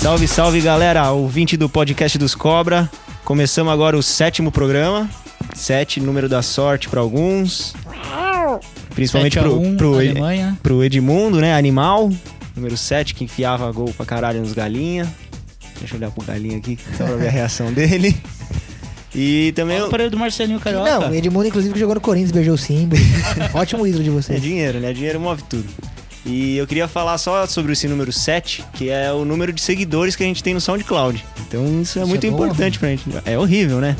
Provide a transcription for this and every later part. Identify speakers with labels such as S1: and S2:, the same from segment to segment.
S1: Salve, salve galera, ouvinte do podcast dos Cobra. Começamos agora o sétimo programa. Sete, número da sorte para alguns. Principalmente
S2: 7 a
S1: pro,
S2: 1,
S1: pro, Ed-
S3: é?
S2: Alemanha.
S1: pro Edmundo, né? Animal. Número 7, que enfiava gol pra caralho nos galinha. Deixa eu olhar pro galinha aqui, só pra ver a reação dele. E também.
S2: Olha o
S1: o-
S2: aparelho do Marcelinho Carioca.
S3: Não, o Edmundo, inclusive, que jogou no Corinthians, beijou o Simba. Ótimo ídolo de
S1: É
S3: vocês.
S1: dinheiro, né? Dinheiro move tudo. E eu queria falar só sobre esse número 7, que é o número de seguidores que a gente tem no SoundCloud. Então isso é
S3: Isso
S1: muito
S3: é bom?
S1: importante pra gente. É horrível, né?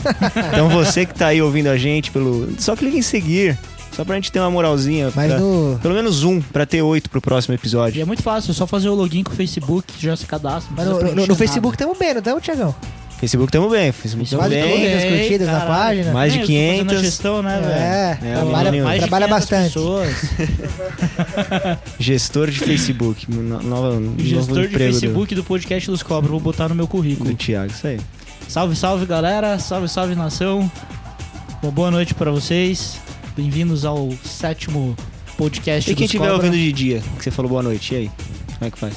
S1: então você que tá aí ouvindo a gente pelo. Só clica em seguir. Só pra gente ter uma moralzinha.
S3: Mas
S1: pra-
S3: no.
S1: Pelo menos um, pra ter oito pro próximo
S2: E é
S1: episódio.
S2: muito fácil, é só fazer o login com o Facebook, já se cadastra. não
S3: Mas
S2: precisa
S3: no, no-
S2: preencher
S3: no
S2: nada.
S3: Facebook tamo bem, não tamo, Tiagão?
S1: Facebook tamo bem, Facebook tamo
S2: Facebook
S3: Quase
S2: bem,
S1: bem.
S3: 500
S2: bem,
S3: curtidas na
S2: caralho.
S3: página.
S1: Mais de
S2: eu tô fazendo
S1: 500.
S2: a gestão, né, velho?
S3: É,
S1: É,
S3: trabalha,
S1: menino.
S2: Mais de
S3: trabalha
S2: 500
S3: bastante.
S2: pessoas.
S1: Gestor de Facebook. no- Nova, novo
S2: Gestor de
S1: emprego né? do-
S2: Facebook do podcast dos Cobra, vou botar no meu
S1: do,
S2: currículo.
S1: Thiago, isso aí.
S2: Salve, salve, galera. Salve, salve, nação. Uma boa noite pra vocês. Bem-vindos ao sétimo podcast
S1: E quem
S2: dos
S1: estiver
S2: Cobra.
S1: ouvindo de dia, que você falou boa noite, e aí? Como é que faz?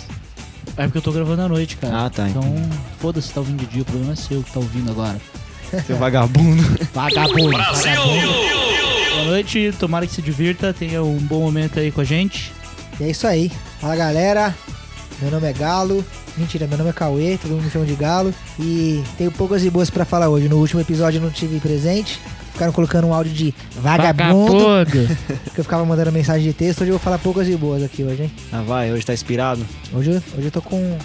S2: É porque eu tô gravando à noite, cara.
S1: Ah, tá.
S2: Então, foda-se, tá ouvindo de dia, o problema é seu que tá ouvindo agora.
S1: Seu vagabundo.
S2: Vagabundo. Vagabundo. Boa noite, tomara que se divirta, tenha um bom momento aí com a gente.
S3: E é isso aí. Fala galera, meu nome é Galo. Mentira, meu nome é Cauê, todo mundo me chama de Galo. E tenho poucas e boas pra falar hoje. No último episódio eu não tive presente. Ficaram colocando um áudio de vagabundo, que eu ficava mandando mensagem de texto. Hoje eu vou falar poucas e boas aqui hoje, hein?
S1: Ah, vai, hoje tá inspirado.
S3: Hoje, eu- hoje eu tô com,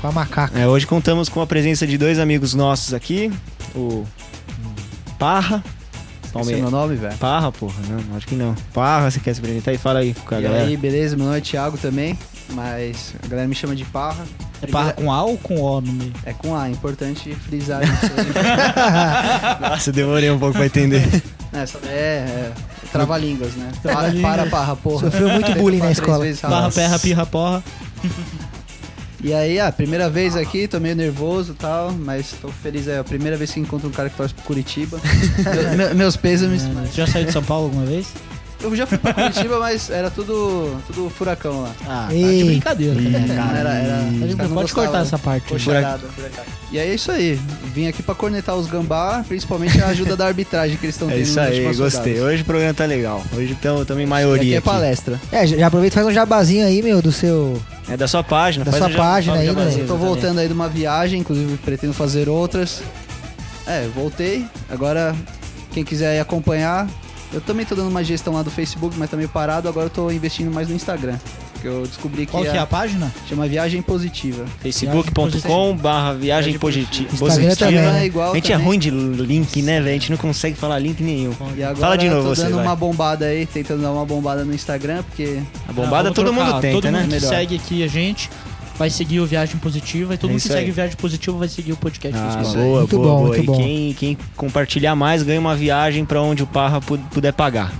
S3: com a macaca.
S1: É, hoje contamos com a presença de dois amigos nossos aqui. O Parra.
S4: Esse é
S1: Palmeiras.
S4: meu nome, velho.
S1: Parra, porra, não, acho que não. Parra, você quer se apresentar aí? Fala aí com a
S4: E
S1: galera.
S4: aí, beleza? Meu nome é Thiago também, mas a galera me chama de Parra.
S2: É Parra com A ou com O no meio?
S4: É com A, é importante frisar isso
S1: Nossa, eu demorei um pouco pra entender.
S4: aí. é, só- é, é trava-línguas, né? Para,
S2: Trava-línguas.
S4: para, Parra, porra.
S3: Sofreu muito
S4: Tenta
S3: bullying na
S4: falar três
S3: escola.
S4: vezes rápido.
S2: Parra, perra, pirra, porra.
S4: E aí, a primeira vez aqui, tô meio nervoso e tal, mas tô feliz. É a primeira vez que encontro um cara que torce pro Curitiba. Meu- meu- meus pêsames. mas-
S1: É.
S2: Você já saiu de São Paulo alguma vez?
S4: Eu já fui pra Curitiba, mas era tudo, tudo furacão lá.
S2: Ah, tá de
S3: Ei.
S2: brincadeira. cara.
S4: Não, era, era,
S2: Tá de-
S4: os caras não
S2: Pode cortar
S4: gostavam. né?
S2: essa parte.
S4: Coxarada, furacão. E aí é isso aí. Vim aqui pra cornetar os gambá, principalmente a ajuda da arbitragem que eles estão
S1: É
S4: tendo.
S1: isso
S4: nas
S1: aí,
S4: últimas
S1: gostei.
S4: rodadas.
S1: Hoje o programa tá legal. Hoje estamos em
S4: E Aqui
S1: maioria.
S4: é
S1: aqui.
S4: palestra.
S3: É, já aproveita e faz um jabazinho aí, meu, do seu.
S1: É da sua página,
S3: Da
S1: faz
S3: sua
S1: um
S3: página
S1: faz um
S3: aí, né?
S1: jabazinho
S4: Eu tô
S1: também.
S4: voltando aí de uma viagem, inclusive pretendo fazer outras. É, voltei. Agora, quem quiser aí acompanhar. Eu também tô dando uma gestão lá do Facebook, mas tá meio parado. Agora eu tô investindo mais no Instagram. Porque eu descobri que,
S2: Qual que é
S4: é-
S2: a página?
S4: chama Viagem Positiva.
S1: facebook.com barra viagem positiva.
S3: Instagram também, né?
S4: é igual
S1: A gente é
S4: também.
S1: ruim de link, né, velho? A gente não consegue falar link nenhum.
S4: E agora
S1: Fala de
S4: eu
S1: novo
S4: tô
S1: você,
S4: dando
S1: vai.
S4: uma bombada aí, tentando dar uma bombada no Instagram, porque
S1: A bombada
S2: Ah, vamos
S1: todo
S2: trocar.
S1: mundo tenta,
S2: Todo
S1: né?
S2: mundo que
S4: Melhor.
S2: segue aqui a gente vai seguir o Viagem Positiva. E todo
S1: É
S2: mundo que
S1: isso aí.
S2: segue o Viagem Positiva vai seguir o podcast dos
S1: Ah,
S2: Cobra.
S1: boa,
S3: Muito
S1: boa,
S3: bom,
S1: boa.
S3: muito
S1: e
S3: bom.
S1: Quem, quem compartilhar mais ganha uma viagem pra onde o Parra pu- puder pagar.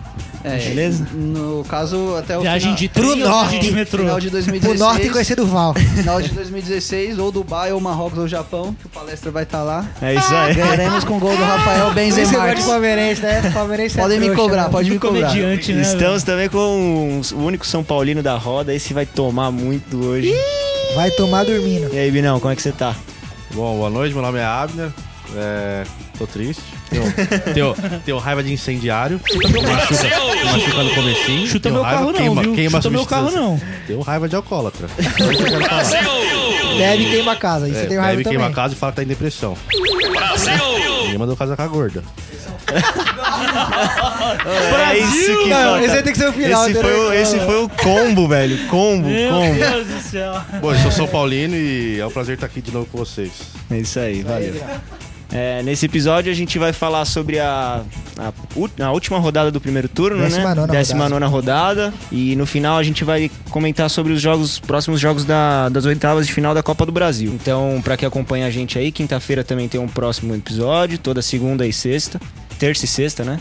S4: É,
S1: Beleza?
S4: No caso, até É o
S2: Viagem
S4: final,
S2: de
S3: Pro
S2: trem ou
S3: norte.
S2: viagem de metrô.
S4: final de
S3: Pro
S4: 2016.
S3: norte e conhecer Durval.
S4: Final de 2016, ou Dubai, ou Marrocos, ou Japão, que o palestra vai estar lá.
S1: É isso
S3: Ah,
S1: aí.
S3: né,
S4: Ganharemos com o gol do Rafael
S3: Esse
S4: Benzema.
S3: negócio de palmeirense, né? Palmeirense é
S4: Podem me
S3: trouxa,
S4: cobrar,
S3: né?
S4: pode me cobrar.
S2: Comediante, né?
S1: Estamos também com um, o único São Paulino da roda. Esse vai tomar muito hoje.
S3: Vai tomar dormindo.
S1: E aí, Binão, como é que você tá?
S5: Bom, boa noite, meu nome é Abner. É, tô triste. Tenho, tenho- tenho raiva de incendiário. Machuca, machuca no comecinho.
S2: Chuta
S5: Tenho
S2: meu
S5: raiva,
S2: carro não,
S5: queima,
S2: viu?
S5: Queima
S2: Chuta meu carro
S5: substância.
S2: não.
S5: Tenho raiva de alcoólatra. É isso que eu quero falar.
S3: Bebe e queima a casa. Isso
S5: É,
S3: você tem raiva
S5: bebe,
S3: também.
S5: queima a casa e fala que tá em depressão. Ninguém mandou casa com a gorda.
S1: É isso que
S3: Não,
S1: falta.
S3: esse vai ter que ser o final,
S1: Esse
S3: né?
S1: foi o, esse foi o combo, velho. Combo, combo.
S2: Deus do céu.
S5: Bom, eu sou São Paulino e é um prazer estar aqui de novo com vocês.
S1: É isso aí, valeu. É, nesse episódio a gente vai falar sobre a, a, ú- a última rodada do primeiro turno, né?
S3: Décima nona
S1: Décima
S3: rodada.
S1: nona rodada. E no final a gente vai comentar sobre os jogos, próximos jogos da- das oitavas de final da Copa do Brasil. Então, pra quem acompanha a gente aí, quinta-feira também tem um próximo episódio, toda segunda e sexta. Terça e sexta, né?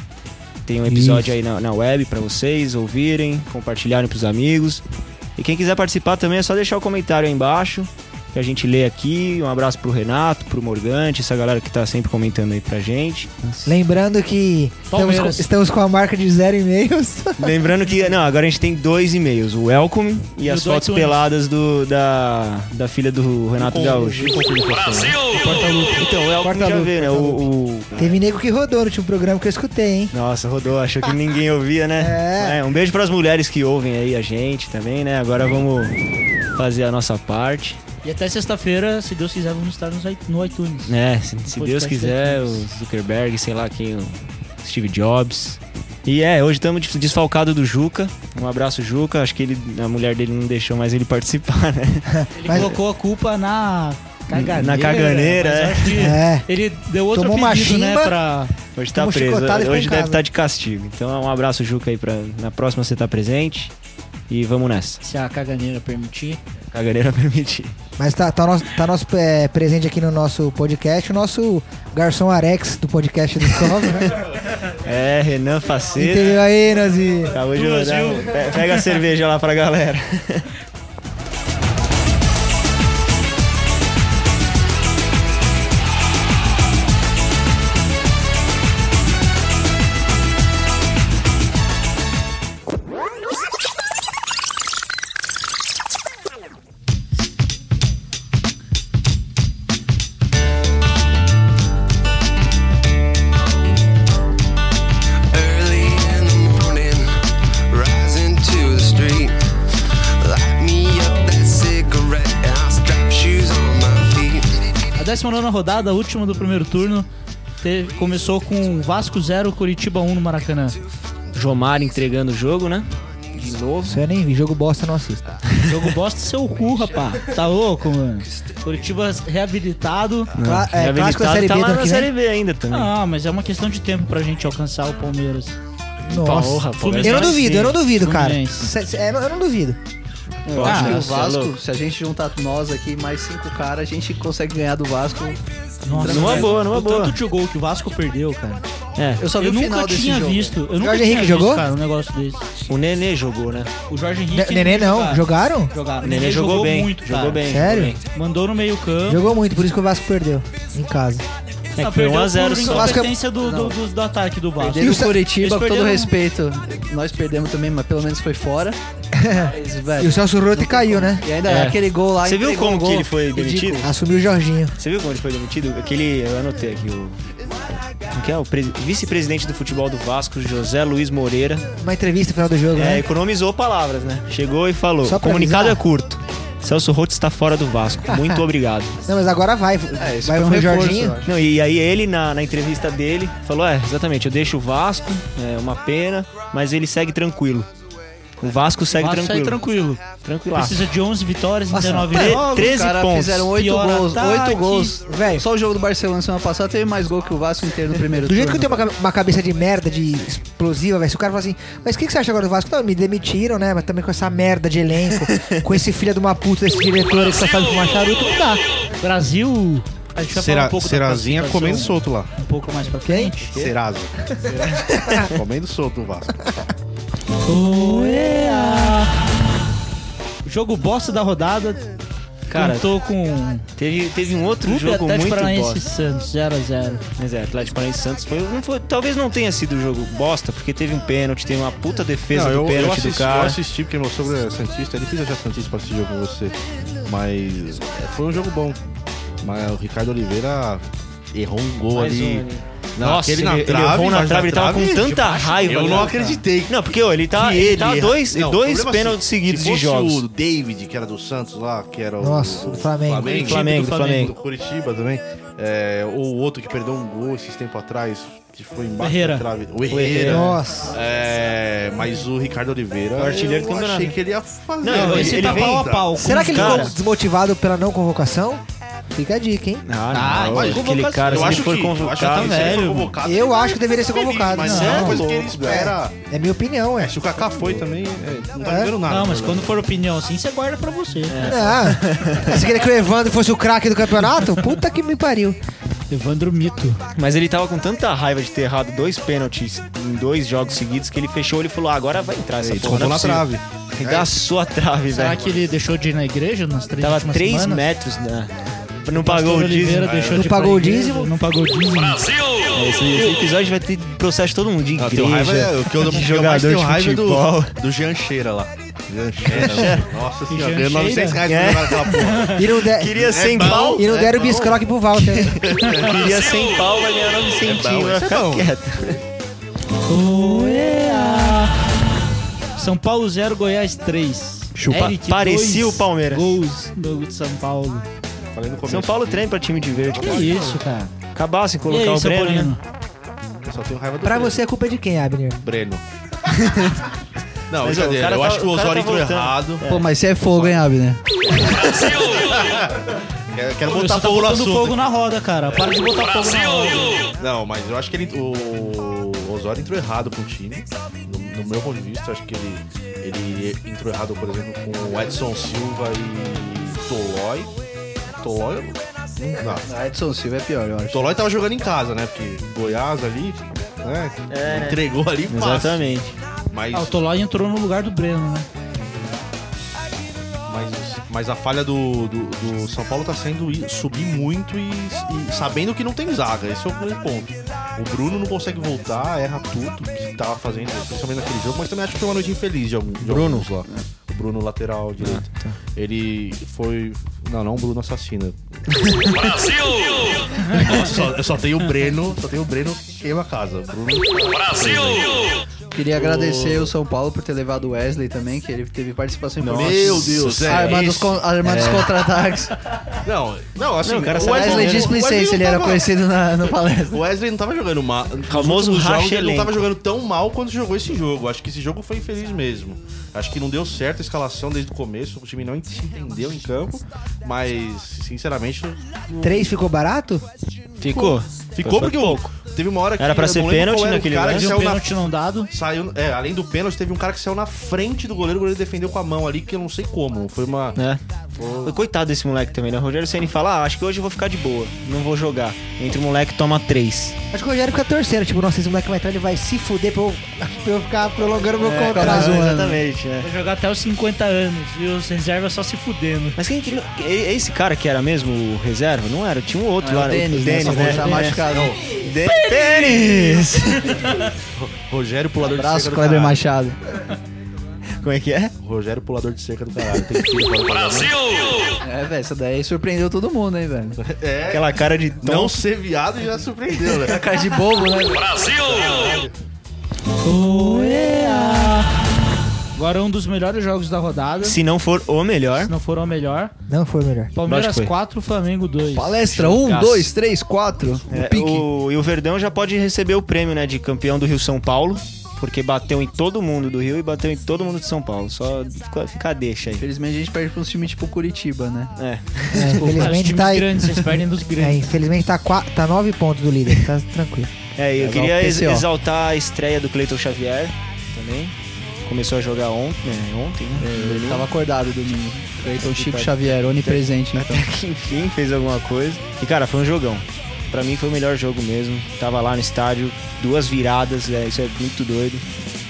S1: Tem um episódio aí na, na web pra vocês ouvirem, compartilharem pros amigos. E quem quiser participar também é só deixar o comentário aí embaixo. que a gente lê aqui. Um abraço pro Renato, pro Morgante, essa galera que tá sempre comentando aí pra gente.
S3: Lembrando que estamos com,
S2: Palmeiras.
S3: estamos com a marca de zero e-mails.
S1: Lembrando que, não, agora a gente tem dois e-mails: o Welcome e,
S2: E o
S1: as
S2: do
S1: fotos
S2: iTunes.
S1: peladas do, da, da filha do Renato Gaúcho.
S5: um
S1: Então, o Welcome já
S3: Porta-lupa,
S1: veio, né? O, o-
S3: Teve nego que rodou no último programa que eu escutei, hein?
S1: Nossa, rodou, achou que ninguém ouvia, né? É. Um beijo pras mulheres que ouvem aí a gente também, né? Agora vamos fazer a nossa parte.
S2: E até sexta-feira, se Deus quiser, vamos estar nos i- no iTunes.
S1: né? Se, se
S2: Podcast
S1: Deus quiser, o
S2: iTunes.
S1: Zuckerberg, sei lá quem, o Steve Jobs. E é, hoje estamos desfalcados do Juca. Um abraço, Juca. Acho que ele, a mulher dele não deixou mais ele participar, né?
S2: Ele
S3: Mas-
S2: colocou a culpa na caganeira.
S1: Na caganeira,
S2: mas
S1: é.
S2: acho que
S3: É.
S2: Ele deu outro
S3: Tomou uma
S2: pedido, né,
S3: chimba.
S2: pra...
S1: Hoje tá
S3: Tomou
S1: preso.
S3: chicotada e ficou em
S1: Hoje deve
S3: casa.
S1: estar de castigo. Então, um abraço, Juca, aí pra. Na próxima você tá presente. E vamos nessa.
S2: Se a caganeira permitir.
S1: Caganeira permitir.
S3: Mas tá, tá nosso, tá nosso é, presente aqui no nosso podcast, o nosso garçom Arex do podcast do Cova.
S1: É, Renan Faceta.
S3: Entendeu aí, Nazi?
S1: Acabou de
S2: Duas,
S1: mandar.
S2: viu?
S1: Pe- Pega a cerveja lá pra galera.
S6: Early in the morning, rising to the street. Light me up that cigarette and I'll strap shoes on my feet.
S2: A 19 rodada, a última do primeiro turno, teve- começou com Vasco 0, Curitiba 1 no Maracanã.
S1: Jomar entregando o jogo, né?
S2: De novo.
S3: Isso eu nem vi, jogo bosta não assista.
S2: Jogo bosta seu cu, rapá. Tá louco, mano. Curitiba reabilitado.
S3: Clá- é, clássico da
S1: Reabilitado
S3: Série
S1: tá
S3: B
S1: lá
S3: do
S1: na
S3: ano que
S1: Série
S3: vem.
S1: B ainda também.
S2: Ah, mas é uma questão de tempo pra gente alcançar o Palmeiras.
S1: Porra, é pô.
S2: Fluminense.
S3: Eu não duvido, eu não duvido, cara.
S2: Fluminense.
S3: Se- se- é, não- eu não duvido.
S4: Eu
S1: Ah,
S4: acho que o
S1: nossa, é
S4: Vasco,
S1: louco.
S4: se a gente juntar nós aqui mais cinco caras, a gente consegue ganhar do Vasco.
S2: Nossa,
S1: Numa
S2: cara,
S1: boa, numa
S2: o
S1: boa.
S2: Tanto de gol que o Vasco perdeu, cara.
S1: É.
S4: Eu só vi
S2: eu
S4: o
S2: nunca
S4: final desse
S2: tinha
S4: jogo.
S2: visto. Eu nunca
S3: Jorge
S2: tinha
S3: Henrique
S2: visto,
S3: jogou?
S2: cara, um negócio desse.
S1: O Nenê jogou, né?
S2: O Jorge
S3: Ne-
S2: Henrique.
S3: Nenê não,
S2: jogar.
S3: jogaram?
S2: Jogaram.
S1: O Nenê jogou, bem.
S2: muito,
S1: jogou
S2: cara.
S1: bem. jogou
S3: Sério?
S1: bem.
S2: Mandou no meio campo.
S3: Jogou muito, por isso que o Vasco perdeu em casa.
S1: É que foi 1 a 0
S2: só.
S1: só.
S3: Vasco é-
S2: Vasco... Do, do, do, do ataque do Vasco.
S4: Perderam
S3: E o
S4: o
S3: Sa-
S4: Curitiba,
S2: eles
S4: com todo
S2: perderam-
S4: respeito. Nós perdemos também, mas pelo menos foi fora. Mas,
S3: E
S4: velho,
S3: o Celso Rote caiu, né?
S4: e ainda
S1: É.
S4: aquele gol lá.
S1: Você viu
S4: entregou
S1: como
S4: um gol
S1: que ele foi
S4: ridículo.
S1: demitido?
S3: Assumiu o Jorginho.
S1: Você viu como ele foi demitido? Aquele. Eu anotei aqui o. Como que é? O presi- vice-presidente do futebol do Vasco, José Luiz Moreira,
S3: Uma entrevista no final do jogo,
S1: é,
S3: né?
S1: economizou palavras, né? Chegou e falou:
S3: Só pra
S1: comunicado
S3: avisar.
S1: é curto. Celso Roth está fora do Vasco. Muito obrigado.
S3: Não, mas agora vai.
S4: É, esse
S3: vai
S4: foi um
S3: o
S4: reforço, eu
S3: Jorginho.
S4: acho.
S1: Não, e aí ele, na, na entrevista dele, falou: é, exatamente, eu deixo o Vasco, é uma pena, mas ele segue tranquilo. O Vasco segue
S2: Vasco sai
S1: tranquilo.
S2: tranquilo.
S1: Tranquilaço.
S2: Precisa de 11 vitórias,
S3: Nossa,
S2: 19
S1: tre-
S2: jogos.
S1: tre- 13
S4: É, Os caras
S1: pontos.
S4: fizeram oito
S2: Pior
S4: gols.
S2: ataque.
S4: Oito gols.
S3: Velho.
S4: Só o jogo do Barcelona semana passada teve mais gol que o Vasco inteiro no primeiro
S3: Do jeito que eu
S4: turno.
S3: tenho uma, ca- uma cabeça de merda, de explosiva, velho. Se o cara fala assim, mas o que, que você acha agora do Vasco? Não, me demitiram, né? Mas também com essa merda de elenco, com esse filho de uma puta, esse diretor aí que tá só faz fumar charuto, não dá.
S2: Brasil. A gente vai falar um
S5: Cera,
S2: pouco da
S5: Cerazinha
S2: classificação
S5: comendo solto lá.
S2: Um pouco mais pra
S3: Quem?
S2: frente.
S5: Serasa. comendo solto no Vasco.
S2: O Jogo bosta da rodada.
S1: Cara,
S2: contou com
S1: Teve, teve um outro
S2: Clube
S1: jogo
S2: Atlético
S1: muito
S2: Paranaense e
S1: bosta.
S2: Santos, 0x0.
S1: Mas é, Atlético Paranaense e Santos foi, não foi- talvez não tenha sido um jogo bosta, porque teve um pênalti, teve uma puta defesa
S5: Não,
S1: do
S5: eu, eu,
S1: pênalti do
S5: assisti, eu
S1: cara.
S5: assisti, porque meu sogro é Santista. É difícil achar Santista pra assistir jogo com você. Mas é, foi um jogo bom. Mas o Ricardo Oliveira errou um gol
S1: Mais
S5: ali.
S1: um ali.
S5: Não,
S1: Nossa,
S5: aquele
S1: ele,
S5: na
S1: ele
S5: trave,
S1: errou na
S5: embaixo da
S1: trave, ele tava
S5: trave, tipo,
S1: com tanta raiva.
S5: Eu
S1: né,
S5: não
S1: cara?
S5: acreditei.
S1: Não, porque ó, ele tá,
S5: que
S1: ele tá
S5: erra.
S1: dois,
S5: Não, o
S1: dois
S5: problema é
S1: pênaltis
S5: assim,
S1: seguidos
S5: se
S1: de
S5: fosse
S1: jogos.
S5: o David, que era do Santos lá, que era o-
S3: Nossa,
S5: o,
S3: do Flamengo.
S5: Flamengo,
S1: Flamengo,
S5: do
S1: Flamengo.
S5: do Curitiba também. É, ou o outro que perdeu um gol esses tempos atrás, que foi embaixo
S2: Herrera.
S5: da trave. O Herrera.
S3: Nossa.
S5: É, mas o Ricardo Oliveira.
S1: O artilheiro do
S5: eu
S1: campeonato.
S5: achei que ele ia fazer.
S1: Não,
S5: ele,
S1: esse
S5: ele
S1: tá
S5: vem-
S1: pau a
S2: pau.
S3: Será que ele
S1: Cara.
S3: ficou desmotivado pela não convocação? Fica a dica, hein?
S1: Ah, não,
S5: mas
S1: aquele cara,
S5: eu
S1: se ele
S5: acho
S1: for
S5: que, eu acho que
S1: convocado,
S5: se ele for
S1: velho.
S5: convocado,
S3: Eu
S5: ele
S3: acho
S5: vai
S3: que deveria ser
S5: feliz,
S3: convocado.
S5: Mas
S3: Não.
S5: é uma coisa que ele espera.
S3: É minha opinião, é.
S5: É, se o Kaká foi também, é, não tá
S3: É?
S5: jogando nada.
S2: Não, mas
S5: né?
S2: quando for opinião assim, você guarda pra você.
S1: É.
S3: Não. É, Você queria que o Evandro fosse o craque do campeonato? Puta que me pariu.
S2: É. Evandro Mito.
S1: Mas ele tava com tanta raiva de ter errado dois pênaltis em dois jogos seguidos que ele fechou e falou: ah, agora vai entrar essa
S5: Ele
S1: porra.
S5: descontou
S1: não é
S5: na
S1: possível.
S5: trave.
S1: Regaçou a trave,
S2: Será
S1: velho.
S2: que ele deixou de ir na igreja nas três
S1: Tava
S2: últimas
S1: 3
S2: semanas?
S1: metros, né? Não pagou o
S2: Oliveira
S1: dízimo.
S2: deixou
S3: Não
S2: de ir pra
S3: pagou o
S2: igreja,
S3: dízimo?
S2: Não pagou o dízimo.
S1: Esse, esse episódio vai ter processo de todo mundo de
S5: Ah,
S1: igreja.
S5: tenho raiva, é- o que eu, o que eu mais
S1: jogador
S5: tenho
S1: de
S5: raiva é
S1: futebol.
S5: do, do Jean Cheira lá. Jean Cheira. Nossa senhora,
S2: Jean
S5: ganhou 900 reais pra
S1: É.
S5: jogar aquela porra.
S3: E não, de-
S1: Queria 100
S5: bom.
S1: pau,
S3: e não deram
S5: É,
S3: o biscroque pro Walter.
S1: queria 100 pau, vai ganhar né?
S5: É bom,
S1: 900.
S5: isso é bom.
S1: quieto.
S2: São Paulo 0, Goiás 3.
S1: Chupa. Parecia o Palmeiras.
S2: Gols do São Paulo.
S5: Falei no
S1: São
S5: começo,
S1: Paulo treine pra time de verde.
S2: Que isso, cara.
S1: Acabassem
S2: E
S1: colocar
S2: aí,
S1: o
S2: São
S1: Breno, né?
S2: Paulino?
S5: eu só tenho raiva do
S3: Pra
S5: Breno.
S3: você, a culpa é de quem, Abner?
S5: Breno. Não,
S1: Mas, ó,
S5: brincadeira.
S1: o cara
S5: eu
S1: tá-
S5: acho que o
S1: o cara
S5: Osório
S1: tá
S5: entrou
S1: voltando.
S5: errado.
S4: Pô, mas você é fogo, hein, Abner?
S5: Quero, quero
S2: Pô,
S5: botar
S2: você tá
S5: fogo no
S2: botando
S5: assunto.
S2: fogo na roda, cara. Para de botar fogo na roda.
S5: Não, mas eu acho que ele. O o Osório entrou errado com o time. No, no meu ponto de vista, eu acho que ele, ele entrou errado, por exemplo, com o Edson Silva e Tolói. Tolói? eu não- Não.
S4: Ah, Edson Silva é pior, eu acho.
S5: Tolói tava jogando em casa, né? Porque Goiás ali, né? Entregou ali fácil.
S1: Exatamente.
S5: Mas,
S2: Ah, o Tolói entrou no lugar do Breno, né?
S5: mas, mas a falha do, do, do São Paulo tá sendo ir- subir muito e, e sabendo que não tem zaga. Esse é o primeiro ponto. O Bruno não consegue voltar, erra tudo que tava fazendo, principalmente naquele jogo, mas também acho que foi uma noite infeliz de algum de
S1: Bruno?
S5: alguns lá. O Bruno lateral direito. Ele foi. Não, não o Bruno assassina. Brasil! Nossa, só- eu só tenho o Breno, só tenho o Breno que queima a casa. Bruno.
S4: Queria agradecer o São Paulo por ter levado o Wesley também, que ele teve participação
S5: Nossa,
S4: importante.
S5: meu Deus, é,
S4: a arma dos,
S5: esse-
S4: Ah, con- a arma dos contra-ataques.
S5: Não, não, assim,
S1: Não, o cara
S5: o
S1: saiu
S5: Wesley-
S4: Wesley
S1: não,
S4: displicência,
S5: o Wesley
S4: ele
S5: não
S4: era
S5: tava-
S4: conhecido na, no palestra.
S5: O Wesley não tava jogando mal. Nos
S1: Famoso
S5: últimos jogos,
S1: racha
S5: Ele não
S1: elenco.
S5: tava jogando tão mal quanto jogou esse jogo. Acho que esse jogo foi infeliz mesmo. Acho que não deu certo a escalação desde o começo. O time não se entendeu em campo. Mas, sinceramente,
S3: Três ficou barato?
S1: Ficou.
S5: ficou
S1: Foi
S5: porque o- teve uma hora que
S1: Era pra
S5: eu
S1: ser
S5: não lembro
S1: pênalti
S5: qual era o
S1: naquele
S5: cara que
S2: Mas o
S5: saiu na
S2: pênalti não dado.
S5: Saiu, é, além do pênalti, teve um cara que saiu na frente do goleiro, o goleiro defendeu com a mão ali, que eu não sei como. Foi uma.
S1: né? Coitado desse moleque também, né? O Rogério Ceni fala, ah, acho que hoje eu vou ficar de boa, não vou jogar. Entra o moleque e toma três.
S3: Acho que o Rogério fica torcendo. Tipo, nossa, esse moleque vai entrar, ele vai se fuder pra eu, pra eu ficar prolongando
S5: É,
S3: meu contrato.
S4: mais um ano.
S1: exatamente, né?
S2: Vai jogar até os 50 anos e os reservas só se fudendo.
S1: Mas quem que... e- Esse cara que era mesmo o reserva? Não era, tinha um outro
S4: Era
S1: lá.
S4: o Denis, né? Só
S1: né?
S4: tá machucado.
S1: De- Denis!
S5: Rogério Pulador de
S4: Abraço,
S5: Cerca do
S4: Kleber
S5: caralho.
S4: Machado.
S1: Como é que é?
S5: Rogério Pulador de Cerca do Caralho. Tem que ir, Brasil!
S4: É, velho, essa daí surpreendeu todo mundo, hein, velho.
S5: É,
S1: Aquela cara de
S5: não
S1: tom.
S5: ser viado já surpreendeu, né?
S4: Cara de bobo, né?
S2: Agora um dos melhores jogos da rodada.
S1: Se não for o melhor,
S2: Se não for o melhor.
S3: Não foi melhor.
S1: Lógico que
S2: Palmeiras
S1: foi.
S2: 4, Flamengo 2.
S4: Palestra 1, 2, 3, 4.
S1: é,
S4: O pique.
S1: o... e o Verdão já pode receber o prêmio né, de campeão do Rio São Paulo. Porque bateu em todo mundo do Rio e bateu em todo mundo de São Paulo. Só fica, fica a deixa aí.
S4: Infelizmente a gente perde pra um time tipo Curitiba, né?
S1: É.
S3: É,
S2: Cara, os
S3: infelizmente
S2: times
S3: tá aí.
S2: grandes, vocês perdem dos
S3: É,
S2: grandes.
S3: infelizmente tá, qua- tá nove pontos do líder. Tá tranquilo.
S1: É, eu
S4: Legal,
S1: queria ex-
S4: PCO.
S1: exaltar a estreia do Cleiton Xavier também. Começou a jogar ontem, né? Ontem, né?
S4: É, Ele tava acordado domingo. Então, Chico Xavier, onipresente, então.
S1: Que, Enfim, fez alguma coisa. E, cara, foi um jogão. Pra mim foi o melhor jogo mesmo. Tava lá no estádio, duas viradas, é, isso é muito doido.